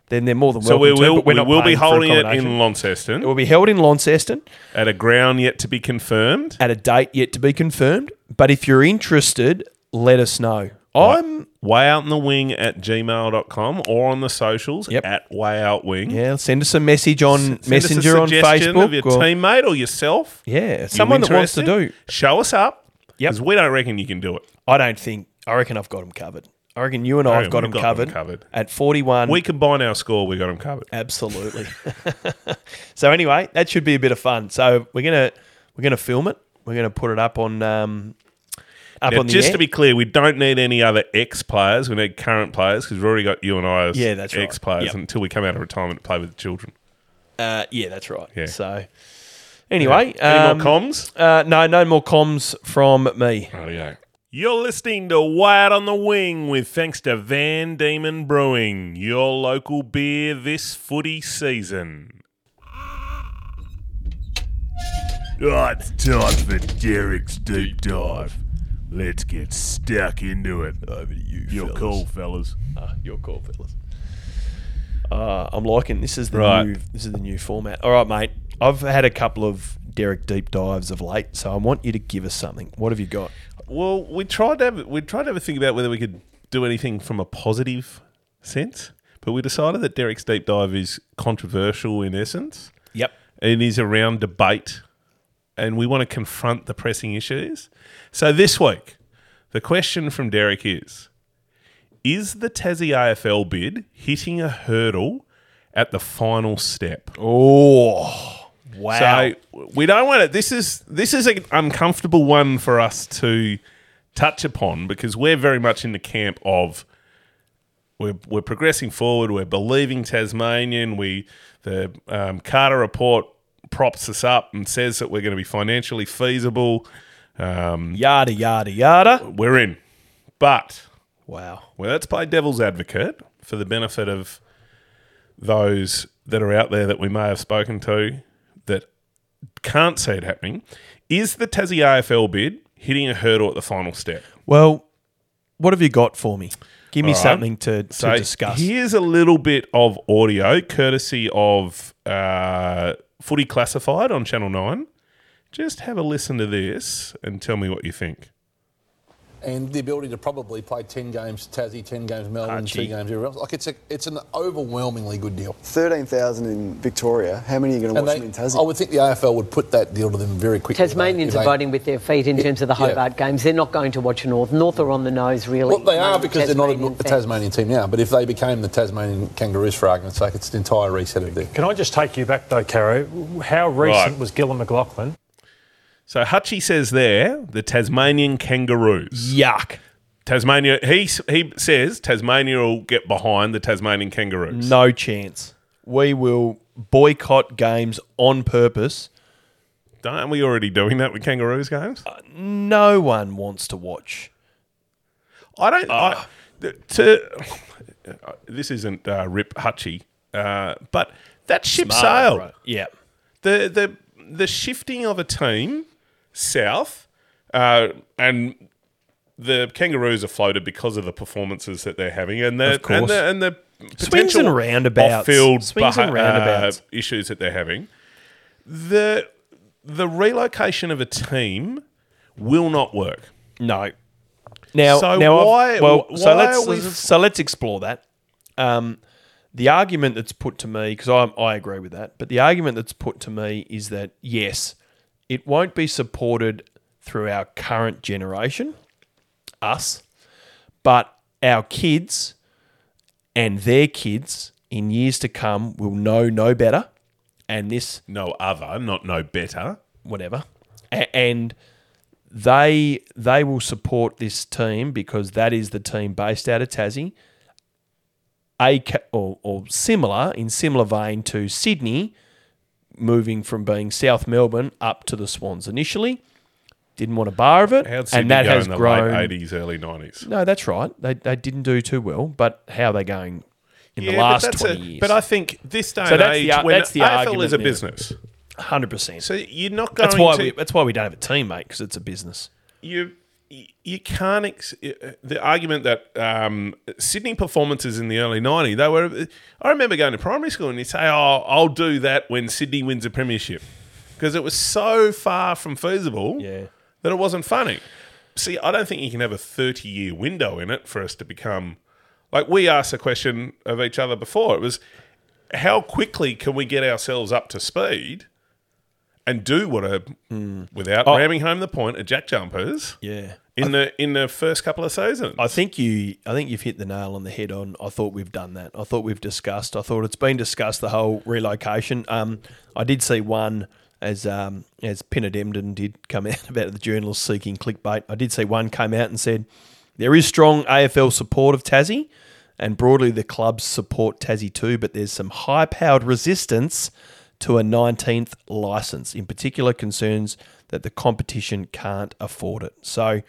[SPEAKER 3] then they're more than
[SPEAKER 2] So
[SPEAKER 3] welcome
[SPEAKER 2] we
[SPEAKER 3] to.
[SPEAKER 2] will
[SPEAKER 3] but we're
[SPEAKER 2] we
[SPEAKER 3] not
[SPEAKER 2] will be
[SPEAKER 3] paying for
[SPEAKER 2] holding it in
[SPEAKER 3] accommodation.
[SPEAKER 2] Launceston
[SPEAKER 3] It will be held in Launceston
[SPEAKER 2] at a ground yet to be confirmed.
[SPEAKER 3] at a date yet to be confirmed. But if you're interested, let us know. I'm
[SPEAKER 2] Way out in the wing at gmail.com or on the socials
[SPEAKER 3] Yep.
[SPEAKER 2] at way out wing.
[SPEAKER 3] yeah. Send us a message on
[SPEAKER 2] Send us a
[SPEAKER 3] Messenger on
[SPEAKER 2] suggestion
[SPEAKER 3] Facebook.
[SPEAKER 2] Of your
[SPEAKER 3] or-
[SPEAKER 2] teammate or yourself.
[SPEAKER 3] yeah,
[SPEAKER 2] You
[SPEAKER 3] someone that wants to do.
[SPEAKER 2] interested? Show us up.
[SPEAKER 3] Yep.
[SPEAKER 2] Because we don't reckon you can do it.
[SPEAKER 3] I don't think. I reckon I've got them covered. I reckon you and I have
[SPEAKER 2] reckon
[SPEAKER 3] got them
[SPEAKER 2] we've got 'em
[SPEAKER 3] covered,
[SPEAKER 2] covered.
[SPEAKER 3] at 41.
[SPEAKER 2] We combine our score, we got them covered.
[SPEAKER 3] Absolutely. *laughs* so anyway, that should be a bit of fun. So we're gonna we're gonna film it. We're gonna put it up on um, up
[SPEAKER 2] Now,
[SPEAKER 3] on the
[SPEAKER 2] just
[SPEAKER 3] air.
[SPEAKER 2] to be clear, we don't need any other ex players. We need current players because we've already got you and I as
[SPEAKER 3] Yeah, that's right.
[SPEAKER 2] ex players
[SPEAKER 3] Yep.
[SPEAKER 2] until we come out of retirement to play with the children.
[SPEAKER 3] uh, yeah, that's right.
[SPEAKER 2] Yeah.
[SPEAKER 3] So anyway,
[SPEAKER 2] Any
[SPEAKER 3] um,
[SPEAKER 2] more comms?
[SPEAKER 3] Uh, no, no more comms from me.
[SPEAKER 2] Oh, yeah.
[SPEAKER 1] You're listening to Wide on the Wing with thanks to Van Diemen Brewing, your local beer this footy season. Oh, it's time for Derek's deep dive. Let's get stuck into it.
[SPEAKER 3] Over to you.
[SPEAKER 1] You're cool, fellas.
[SPEAKER 2] Ah,
[SPEAKER 3] Uh, your call, fellas. Uh, I'm liking this is the
[SPEAKER 2] Right.
[SPEAKER 3] new this is the new format. All right, mate. I've had a couple of Derek deep dives of late, so I want you to give us something. What have you got?
[SPEAKER 2] Well, we tried to have we tried to have a think about whether we could do anything from a positive sense, but we decided that Derek's deep dive is controversial in essence.
[SPEAKER 3] Yep.
[SPEAKER 2] It is around debate, and we want to confront the pressing issues. So this week, the question from Derek is: Is the Tassie AFL bid hitting a hurdle at the final step?
[SPEAKER 3] Oh, wow.
[SPEAKER 2] So we don't want it. This is this is an uncomfortable one for us to touch upon because we're very much in the camp of we're we're progressing forward. We're believing Tasmanian. We the um, Carter report props us up and says that we're going to be financially feasible. Um,
[SPEAKER 3] yada yada yada.
[SPEAKER 2] we're in, but
[SPEAKER 3] Wow.
[SPEAKER 2] well, let's play devil's advocate for the benefit of those that are out there that we may have spoken to that can't see it happening. Is the Tassie AFL bid hitting a hurdle at the final step?
[SPEAKER 3] Well, what have you got for me? Give me
[SPEAKER 2] right.
[SPEAKER 3] something to, to
[SPEAKER 2] So
[SPEAKER 3] discuss.
[SPEAKER 2] Here's a little bit of audio courtesy of uh, Footy Classified on Channel 9. Just have a listen to this and tell me what you think.
[SPEAKER 4] and the ability to probably play 10 games Tassie, 10 games Melbourne,
[SPEAKER 3] Archie.
[SPEAKER 4] 2 games everywhere else. Like, it's, a, it's an overwhelmingly good deal.
[SPEAKER 5] 13,000 in Victoria. How many are you going to
[SPEAKER 4] And
[SPEAKER 5] watch
[SPEAKER 4] they,
[SPEAKER 5] them in
[SPEAKER 4] I
[SPEAKER 5] Tassie?
[SPEAKER 4] would think the AFL would put that deal to them very quickly.
[SPEAKER 6] Tasmanians
[SPEAKER 4] If
[SPEAKER 6] are
[SPEAKER 4] they-
[SPEAKER 6] voting with their feet in terms of the
[SPEAKER 4] Yeah.
[SPEAKER 6] Hobart games. They're not going to watch a North. North are on the nose, really.
[SPEAKER 4] Well, they are
[SPEAKER 6] among
[SPEAKER 4] because they're not a, a
[SPEAKER 6] fans.
[SPEAKER 4] Tasmanian team now, but if they became the Tasmanian Kangaroos, for argument's sake, it's an entire reset of the
[SPEAKER 7] Can I just take you back though, Caro? How recent was Gillan McLaughlin?
[SPEAKER 2] So Hutchie says there the Tasmanian kangaroos.
[SPEAKER 3] Yuck.
[SPEAKER 2] Tasmania. He s- he says Tasmania will get behind the Tasmanian kangaroos.
[SPEAKER 3] No chance. We will boycott games on purpose.
[SPEAKER 2] Aren't we already doing that with kangaroos games?
[SPEAKER 3] No one wants to watch.
[SPEAKER 2] I don't. I, th- to *laughs* this isn't uh, Rip Hutchie, uh, but that ship sailed.
[SPEAKER 3] Right. Yeah.
[SPEAKER 2] the the the shifting of a team south, uh, and the Kangaroos are floated because of the performances that they're having, and the
[SPEAKER 3] Of course.
[SPEAKER 2] and the, and the
[SPEAKER 3] Swings and
[SPEAKER 2] potential
[SPEAKER 3] roundabouts.
[SPEAKER 2] off-field
[SPEAKER 3] Swings and
[SPEAKER 2] beha-
[SPEAKER 3] roundabouts.
[SPEAKER 2] uh, issues that they're having. The the relocation of a team will not work.
[SPEAKER 3] No. Now,
[SPEAKER 2] So
[SPEAKER 3] now I've-
[SPEAKER 2] why-
[SPEAKER 3] well,
[SPEAKER 2] wh-
[SPEAKER 3] so
[SPEAKER 2] why
[SPEAKER 3] let's
[SPEAKER 2] are we-
[SPEAKER 3] so let's explore that. Um, the argument that's put to me, because I, I agree with that, but the argument that's put to me is that yes, it won't be supported through our current generation, us, but our kids and their kids in years to come will know no better, and this
[SPEAKER 2] No other, not no better.
[SPEAKER 3] whatever, A- and they they will support this team because that is the team based out of Tassie, a ca- or, or similar in similar vein to Sydney, moving from being South Melbourne up to the Swans initially, didn't want a bar of it,
[SPEAKER 2] How'd Sydney
[SPEAKER 3] and that
[SPEAKER 2] go
[SPEAKER 3] has
[SPEAKER 2] in the
[SPEAKER 3] grown.
[SPEAKER 2] late eighties, early nineties.
[SPEAKER 3] No, that's right. They they didn't do too well, but how are they going in the last twenty years?
[SPEAKER 2] but I think this day and
[SPEAKER 3] that's
[SPEAKER 2] age,
[SPEAKER 3] the ar-
[SPEAKER 2] when
[SPEAKER 3] that's the
[SPEAKER 2] AFL is
[SPEAKER 3] argument
[SPEAKER 2] a
[SPEAKER 3] there.
[SPEAKER 2] business,
[SPEAKER 3] hundred percent.
[SPEAKER 2] so you're not going
[SPEAKER 3] That's why
[SPEAKER 2] to.
[SPEAKER 3] we that's why we don't have a team, mate, because it's a business.
[SPEAKER 2] you you can't ex- uh, the argument that um, Sydney performances in the early 90s they were I remember going to primary school and you say oh I'll do that when Sydney wins a premiership because it was so far from feasible
[SPEAKER 3] Yeah.
[SPEAKER 2] that it wasn't funny see I don't think you can have a 30 year window in it for us to become like we asked the question of each other before it was how quickly can we get ourselves up to speed and do what a without ramming home the point of jack jumpers
[SPEAKER 3] Yeah.
[SPEAKER 2] in the in the first couple of seasons.
[SPEAKER 3] I think you I think you've hit the nail on the head on I thought we've done that. I thought we've discussed. I thought it's been discussed the whole relocation. Um I did see one as um as Pinnard Emden did come *laughs* out about the journalists seeking clickbait. I did see one came out and said there is strong AFL support of Tassie and broadly the clubs support Tassie too, but there's some high powered resistance to a 19th license, in particular concerns that the competition can't afford it. So,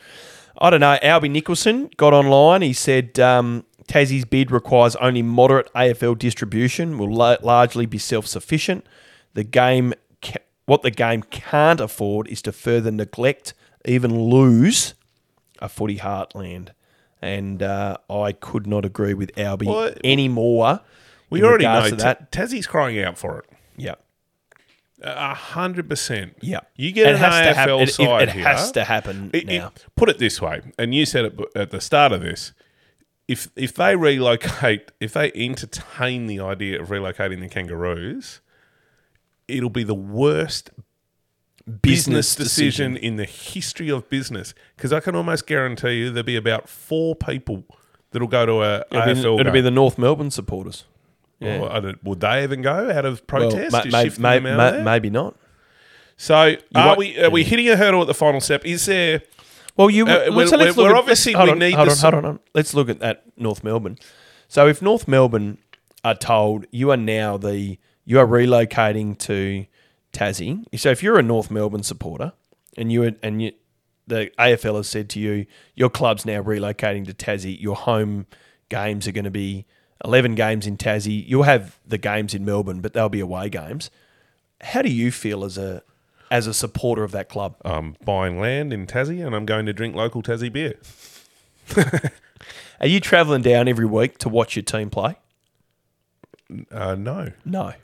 [SPEAKER 3] I don't know. Albie Nicholson got online. He said um, Tassie's bid requires only moderate AFL distribution, will la- largely be self sufficient. The game, ca- what the game can't afford is to further neglect, even lose a footy heartland. And uh, I could not agree with Albie
[SPEAKER 2] Well,
[SPEAKER 3] anymore.
[SPEAKER 2] we
[SPEAKER 3] in
[SPEAKER 2] already know
[SPEAKER 3] regards to that.
[SPEAKER 2] Ta- Tassie's crying out for it.
[SPEAKER 3] Yeah.
[SPEAKER 2] A hundred percent.
[SPEAKER 3] Yeah.
[SPEAKER 2] you get
[SPEAKER 3] It
[SPEAKER 2] an
[SPEAKER 3] has to hap-
[SPEAKER 2] AFL
[SPEAKER 3] it- it-
[SPEAKER 2] side
[SPEAKER 3] it
[SPEAKER 2] here.
[SPEAKER 3] has to happen
[SPEAKER 2] It- it-
[SPEAKER 3] now.
[SPEAKER 2] put it this way, and you said it b- at the start of this. If if they relocate, if they entertain the idea of relocating the Kangaroos, it'll be the worst business decision in the history of business. Because I can almost guarantee you there'll be about four people that'll go to a
[SPEAKER 3] It'll, be,
[SPEAKER 2] AFL.
[SPEAKER 3] it'll
[SPEAKER 2] game.
[SPEAKER 3] be the North Melbourne supporters. Yeah.
[SPEAKER 2] Or I don't- would they even go out of
[SPEAKER 3] Well,
[SPEAKER 2] protest?
[SPEAKER 3] ma-
[SPEAKER 2] to
[SPEAKER 3] ma-
[SPEAKER 2] shift
[SPEAKER 3] ma-
[SPEAKER 2] them out
[SPEAKER 3] ma-
[SPEAKER 2] of there?
[SPEAKER 3] maybe not.
[SPEAKER 2] So are
[SPEAKER 3] won't-
[SPEAKER 2] we are we hitting a hurdle at the final step? Is there?
[SPEAKER 3] Well, you.
[SPEAKER 2] Uh,
[SPEAKER 3] well,
[SPEAKER 2] we're-
[SPEAKER 3] so let's
[SPEAKER 2] we're-
[SPEAKER 3] look
[SPEAKER 2] we're
[SPEAKER 3] at-
[SPEAKER 2] obviously
[SPEAKER 3] hold
[SPEAKER 2] we
[SPEAKER 3] on,
[SPEAKER 2] need
[SPEAKER 3] hold
[SPEAKER 2] this-
[SPEAKER 3] On, hold on, hold on. Let's look at that North Melbourne. So if North Melbourne are told you are now the you are relocating to Tassie. So if you're a North Melbourne supporter and you and you, the AFL has said to you, your club's now relocating to Tassie. Your home games are going to be eleven games in Tassie. You'll have the games in Melbourne, but they'll be away games. How do you feel as a as a supporter of that club?
[SPEAKER 2] I'm buying land in Tassie and I'm going to drink local Tassie beer.
[SPEAKER 3] Are you travelling down every week to watch your team play?
[SPEAKER 2] Uh, no,
[SPEAKER 3] No.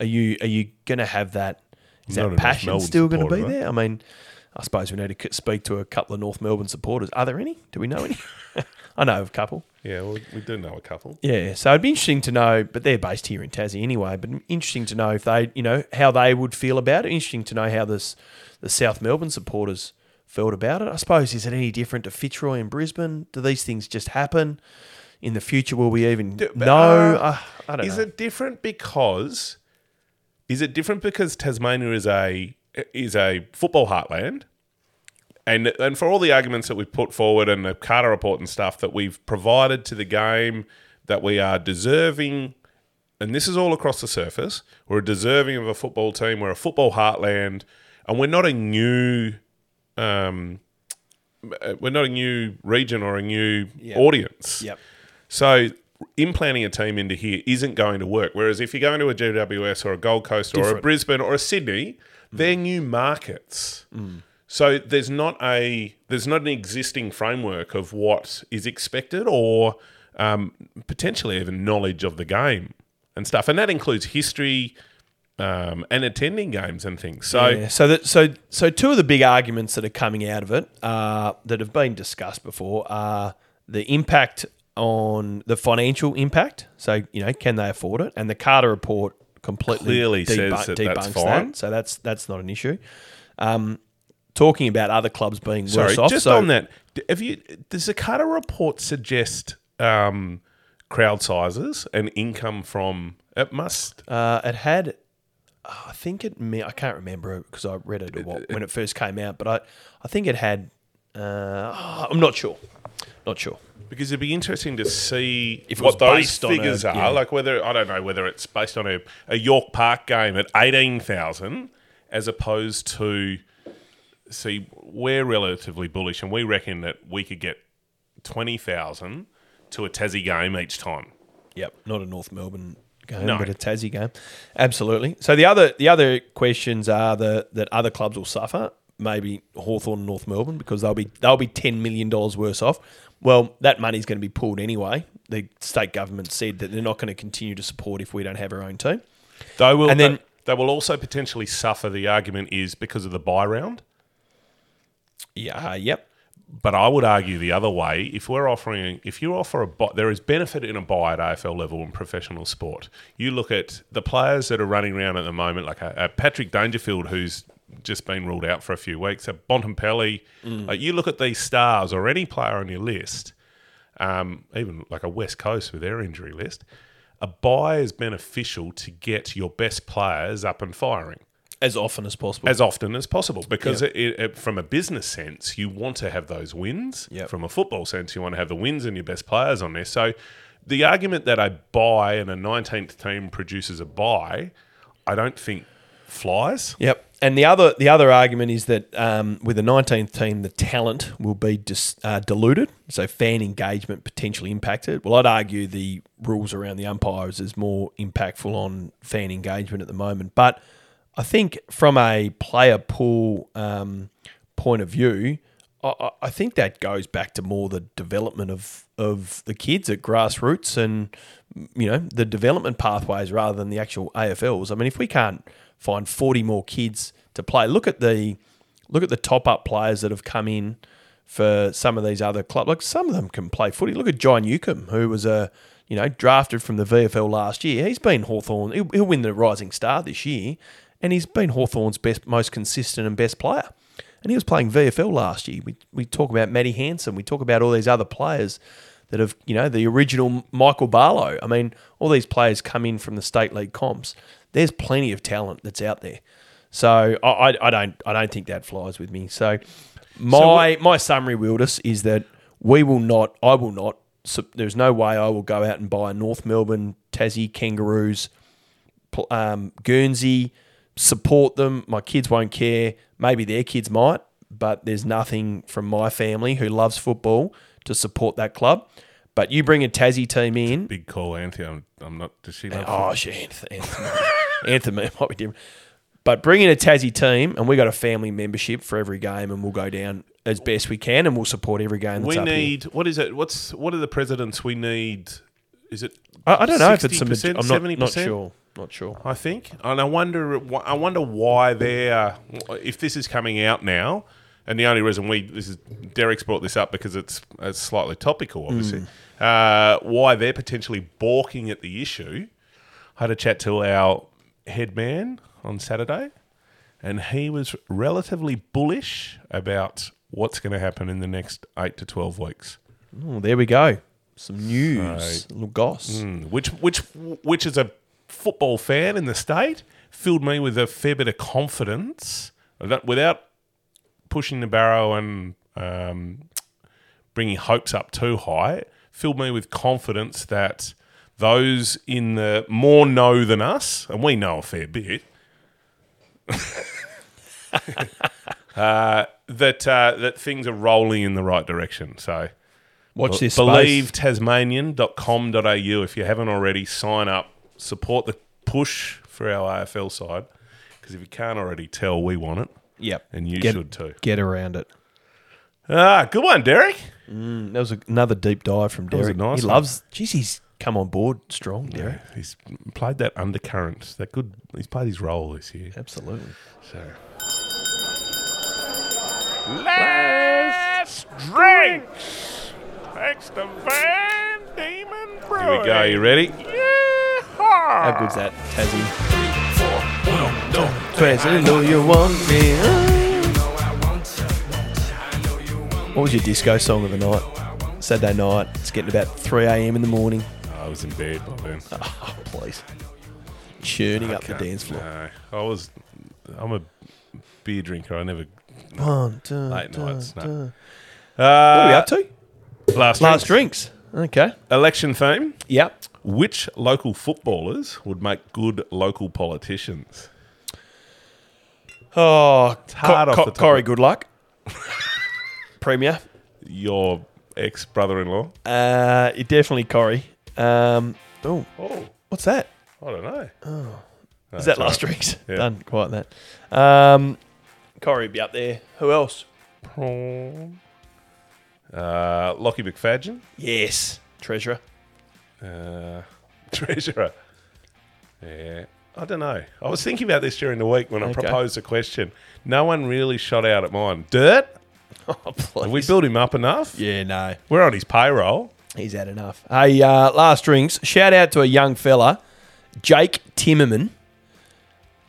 [SPEAKER 3] Are you are you going to have that? Is
[SPEAKER 2] Not
[SPEAKER 3] that
[SPEAKER 2] enough
[SPEAKER 3] passion
[SPEAKER 2] Melbourne
[SPEAKER 3] still going to
[SPEAKER 2] supporter,
[SPEAKER 3] be
[SPEAKER 2] mate.
[SPEAKER 3] there? I mean, I suppose we need to c- speak to a couple of North Melbourne supporters. Are there any? Do we know any? *laughs* I know of a couple.
[SPEAKER 2] Yeah, well, we do know a couple.
[SPEAKER 3] Yeah, so it'd be interesting to know, but they're based here in Tassie anyway. But interesting to know if they, you know, how they would feel about it. Interesting to know how this the South Melbourne supporters felt about it. I suppose is it any different to Fitzroy and Brisbane? Do these things just happen? In the future, will we even know? Ah,
[SPEAKER 2] uh,
[SPEAKER 3] I, I don't
[SPEAKER 2] is
[SPEAKER 3] know.
[SPEAKER 2] it different because is it different because Tasmania is a is a football heartland? And and for all the arguments that we've put forward and the Carter report and stuff that we've provided to the game that we are deserving and this is all across the surface, we're deserving of a football team, we're a football heartland, and we're not a new um uh, we're not a new region or a new audience.
[SPEAKER 3] Yep.
[SPEAKER 2] So implanting a team into here isn't going to work. Whereas if you're going to a GWS or a Gold Coast or a Brisbane or a
[SPEAKER 3] Mm.
[SPEAKER 2] Sydney, they're new markets. So there's not a there's not an existing framework of what is expected or um, potentially even knowledge of the game and stuff, and that includes history um, and attending games and things. So
[SPEAKER 3] Yeah, so that so so two of the big arguments that are coming out of it uh, that have been discussed before are the impact on the financial impact. So you know, can they afford it? And the Carter report completely
[SPEAKER 2] Clearly says
[SPEAKER 3] debu-
[SPEAKER 2] that that's
[SPEAKER 3] debunks
[SPEAKER 2] fine.
[SPEAKER 3] that. So that's that's not an issue. Um, talking about other clubs being
[SPEAKER 2] Sorry,
[SPEAKER 3] worse off.
[SPEAKER 2] just
[SPEAKER 3] so
[SPEAKER 2] on that, d- have you does the Carter report suggest um, crowd sizes and income from? It must.
[SPEAKER 3] Uh, it had, oh, I think it. Me- I can't remember because I read it, a while- when it first came out, but I, I think it had. Uh, oh, I'm not sure. Not sure.
[SPEAKER 2] Because it'd be interesting to see
[SPEAKER 3] If it
[SPEAKER 2] what
[SPEAKER 3] was
[SPEAKER 2] those
[SPEAKER 3] based on a-
[SPEAKER 2] figures are.
[SPEAKER 3] yeah.
[SPEAKER 2] Like whether I don't know whether it's based on a, a York Park game at eighteen thousand, as opposed to see we're relatively bullish and we reckon that we could get twenty thousand to a Tassie game each time.
[SPEAKER 3] Yep, not a North Melbourne game,
[SPEAKER 2] No.
[SPEAKER 3] but a Tassie game. Absolutely. So the other the other questions are the that other clubs will suffer. Maybe Hawthorn and North Melbourne because they'll be they'll be ten million dollars worse off. Well, that money's going to be pulled anyway. The state government said that they're not going to continue to support if we don't have our own team.
[SPEAKER 2] They will,
[SPEAKER 3] And then-
[SPEAKER 2] they, they will also potentially suffer. The argument is because of the buy round.
[SPEAKER 3] Yeah, uh, yep.
[SPEAKER 2] But I would argue the other way. If we're offering, if you offer a buy, there is benefit in a buy at AFL level in professional sport. You look at the players that are running around at the moment, like a, a Patrick Dangerfield, who's just been ruled out for a few weeks, a Bontempelli.
[SPEAKER 3] Mm.
[SPEAKER 2] Like you look at these stars or any player on your list, um, even like a West Coast with their injury list, a buy is beneficial to get your best players up and firing
[SPEAKER 3] As often as possible.
[SPEAKER 2] as often as possible because it, it, it- from a business sense you want to have those wins
[SPEAKER 3] Yep.
[SPEAKER 2] from a football sense you want to have the wins and your best players on there so the argument that a buy and a 19th team produces a buy i don't think flies
[SPEAKER 3] Yep. And the other the other argument is that um, with the 19th team, the talent will be dis, uh, diluted, so fan engagement potentially impacted. Well, I'd argue the rules around the umpires is more impactful on fan engagement at the moment. But I think from a player pool um, point of view, I- I, I think that goes back to more the development of of the kids at grassroots and you know the development pathways rather than the actual AFLs. I mean, if we can't find forty more kids to play, look at the look at the top up players that have come in for some of these other clubs. Like some of them can play footy. Look at John Newcomb, who was a you know drafted from the VFL last year. He's been Hawthorn. He'll, he'll win the Rising Star this year, and he's been Hawthorn's best, most consistent and best player. And he was playing VFL last year. We, we talk about Matty Hanson. We talk about all these other players that have, you know, the original Michael Barlow. I mean, all these players come in from the state league comps. There's plenty of talent that's out there. So I, I, I don't I don't think that flies with me. So my my summary, Wildus, is that we will not. I will not. sup- There's no way I will go out and buy a North Melbourne, Tassie Kangaroos, pl- um, Guernsey, support them. My kids won't care. Maybe their kids might, but there's nothing from my family who loves football to support that club. But you bring a Tassie team in.
[SPEAKER 2] big call anthony i'm, I'm not does she love
[SPEAKER 3] Oh, shit, Anth- Anthem. Anthem it might be different. But bring in a Tassie team, and we got a family membership for every game, and we'll go down as best we can, and we'll support every game. That's
[SPEAKER 2] we
[SPEAKER 3] up here.
[SPEAKER 2] need what is it what's what are the presidents we need is it
[SPEAKER 3] I, I don't know if it's a. maj-
[SPEAKER 2] 60%,
[SPEAKER 3] I'm not, not
[SPEAKER 2] 70%?
[SPEAKER 3] sure. Not sure.
[SPEAKER 2] I think, and I wonder, I wonder why they're, if this is coming out now, and the only reason we this is Derek's brought this up because it's, it's slightly topical, obviously. Uh, why they're potentially balking at the issue. I had a chat to our head man on Saturday, and he was relatively bullish about what's going to happen in the next eight to twelve weeks.
[SPEAKER 3] Oh, there we go. Some news, a little goss.
[SPEAKER 2] Mm, which which which is a football fan in the state filled me with a fair bit of confidence that without pushing the barrow and um, bringing hopes up too high filled me with confidence that those in the more know than us and we know a fair bit *laughs* uh, that uh, that things are rolling in the right direction so
[SPEAKER 3] Watch
[SPEAKER 2] Believe
[SPEAKER 3] this. space.
[SPEAKER 2] BelieveTasmanian.com.au. If you haven't already, sign up. Support the push for our AFL side. Because if you can't already tell, we want it.
[SPEAKER 3] Yep.
[SPEAKER 2] And you
[SPEAKER 3] Get-
[SPEAKER 2] should too.
[SPEAKER 3] Get around it.
[SPEAKER 2] Ah, good one, Derek.
[SPEAKER 3] That was another deep dive from
[SPEAKER 2] was a
[SPEAKER 3] Derek.
[SPEAKER 2] nice
[SPEAKER 3] he
[SPEAKER 2] one.
[SPEAKER 3] loves. Jeez, he's come on board strong, Derek.
[SPEAKER 2] He's played that undercurrent. That good. He's played his role this year.
[SPEAKER 3] Absolutely.
[SPEAKER 2] So. Last drinks. Thanks to Van Diemen Brewing. Here we go. You ready? Yeah.
[SPEAKER 3] How good's that, Tassie? What was your disco song of the night? Saturday night. It's getting about 3 a.m. in the morning.
[SPEAKER 2] I was in bed by *laughs* then.
[SPEAKER 3] Oh, please. Churning up the dance floor.
[SPEAKER 2] No, I was. I'm a beer drinker. I never
[SPEAKER 3] One, two,
[SPEAKER 2] late nights. No.
[SPEAKER 3] What are we
[SPEAKER 2] Uh,
[SPEAKER 3] up to?
[SPEAKER 2] last
[SPEAKER 3] Last
[SPEAKER 2] drinks.
[SPEAKER 3] drinks. Okay.
[SPEAKER 2] Election theme.
[SPEAKER 3] Yep.
[SPEAKER 2] Which local footballers would make good local politicians?
[SPEAKER 3] Oh,
[SPEAKER 2] hard off the top.
[SPEAKER 3] Corey, good luck. *laughs* Premier.
[SPEAKER 2] Your ex brother-in-law.
[SPEAKER 3] Uh, it definitely Corey. Um, oh,
[SPEAKER 2] Oh,
[SPEAKER 3] what's that?
[SPEAKER 2] I don't know. No,
[SPEAKER 3] Is that
[SPEAKER 2] it's all
[SPEAKER 3] last
[SPEAKER 2] right.
[SPEAKER 3] drinks?
[SPEAKER 2] Yeah.
[SPEAKER 3] Done. Quite that. Um, Corey would be up there. Who else?
[SPEAKER 2] Uh, Lockie McFadgen,
[SPEAKER 3] Yes. Treasurer. *laughs*
[SPEAKER 2] uh, *laughs* treasurer. Yeah, I don't know. I was thinking about this during the week when I
[SPEAKER 3] Okay.
[SPEAKER 2] proposed a question. No one really shot out at mine. Dirt.
[SPEAKER 3] Oh, please.
[SPEAKER 2] Have we built him up enough?
[SPEAKER 3] yeah, no.
[SPEAKER 2] We're on his payroll.
[SPEAKER 3] He's had enough. Hey, uh, last drinks. Shout out to a young fella, Jake Timmerman,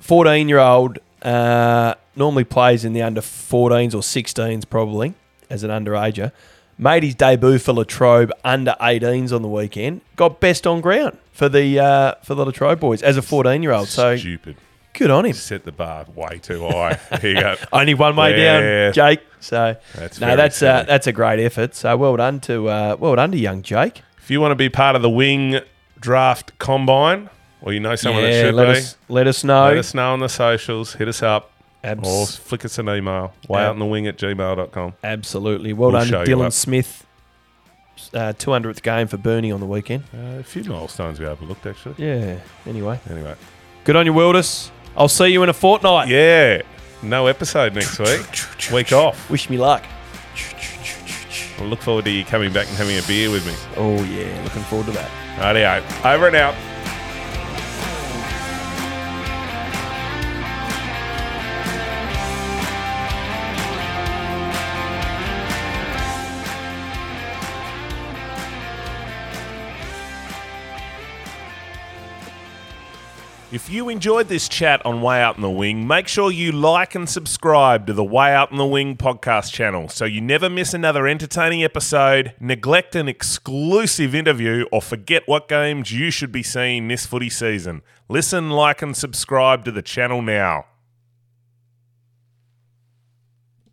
[SPEAKER 3] 14 year old. Uh, normally plays in the under 14s or 16s, probably, as an underager. Made his debut for Latrobe under 18s on the weekend. Got best on ground for the uh, for the Latrobe boys as a 14 year old. So
[SPEAKER 2] Stupid.
[SPEAKER 3] good on him.
[SPEAKER 2] Set the bar way too high. *laughs* Here you go.
[SPEAKER 3] Only one way
[SPEAKER 2] Yeah.
[SPEAKER 3] down, Jake. So
[SPEAKER 2] That's
[SPEAKER 3] no,
[SPEAKER 2] very
[SPEAKER 3] that's uh,
[SPEAKER 2] silly.
[SPEAKER 3] that's a great effort. So well done to uh, well done to young Jake.
[SPEAKER 2] If you want to be part of the wing draft combine, or you know someone that should
[SPEAKER 3] let
[SPEAKER 2] be,
[SPEAKER 3] us let us know.
[SPEAKER 2] let us know on the socials. Hit us up.
[SPEAKER 3] Abs-
[SPEAKER 2] Or flick us an email. Way
[SPEAKER 3] Ab-
[SPEAKER 2] out in the wing at gmail.com.
[SPEAKER 3] Absolutely. Well
[SPEAKER 2] We'll
[SPEAKER 3] done,
[SPEAKER 2] show
[SPEAKER 3] to
[SPEAKER 2] you
[SPEAKER 3] Dylan
[SPEAKER 2] up.
[SPEAKER 3] Smith. Uh, 200th game for Bernie on the weekend.
[SPEAKER 2] Uh, a few milestones we overlooked, actually.
[SPEAKER 3] Yeah. Anyway,
[SPEAKER 2] Anyway.
[SPEAKER 3] good on you, Wilders. I'll see you in a fortnight.
[SPEAKER 2] Yeah. No episode next week. week off.
[SPEAKER 3] Wish me luck.
[SPEAKER 2] I look forward to you coming back and having a beer with me.
[SPEAKER 3] Oh yeah, looking forward to that.
[SPEAKER 2] Rightio. Over and out. If you enjoyed this chat on Way Out in the Wing, make sure you like and subscribe to the Way Out in the Wing podcast channel so you never miss another entertaining episode, neglect an exclusive interview, or forget what games you should be seeing this footy season. Listen, like, and subscribe to the channel now.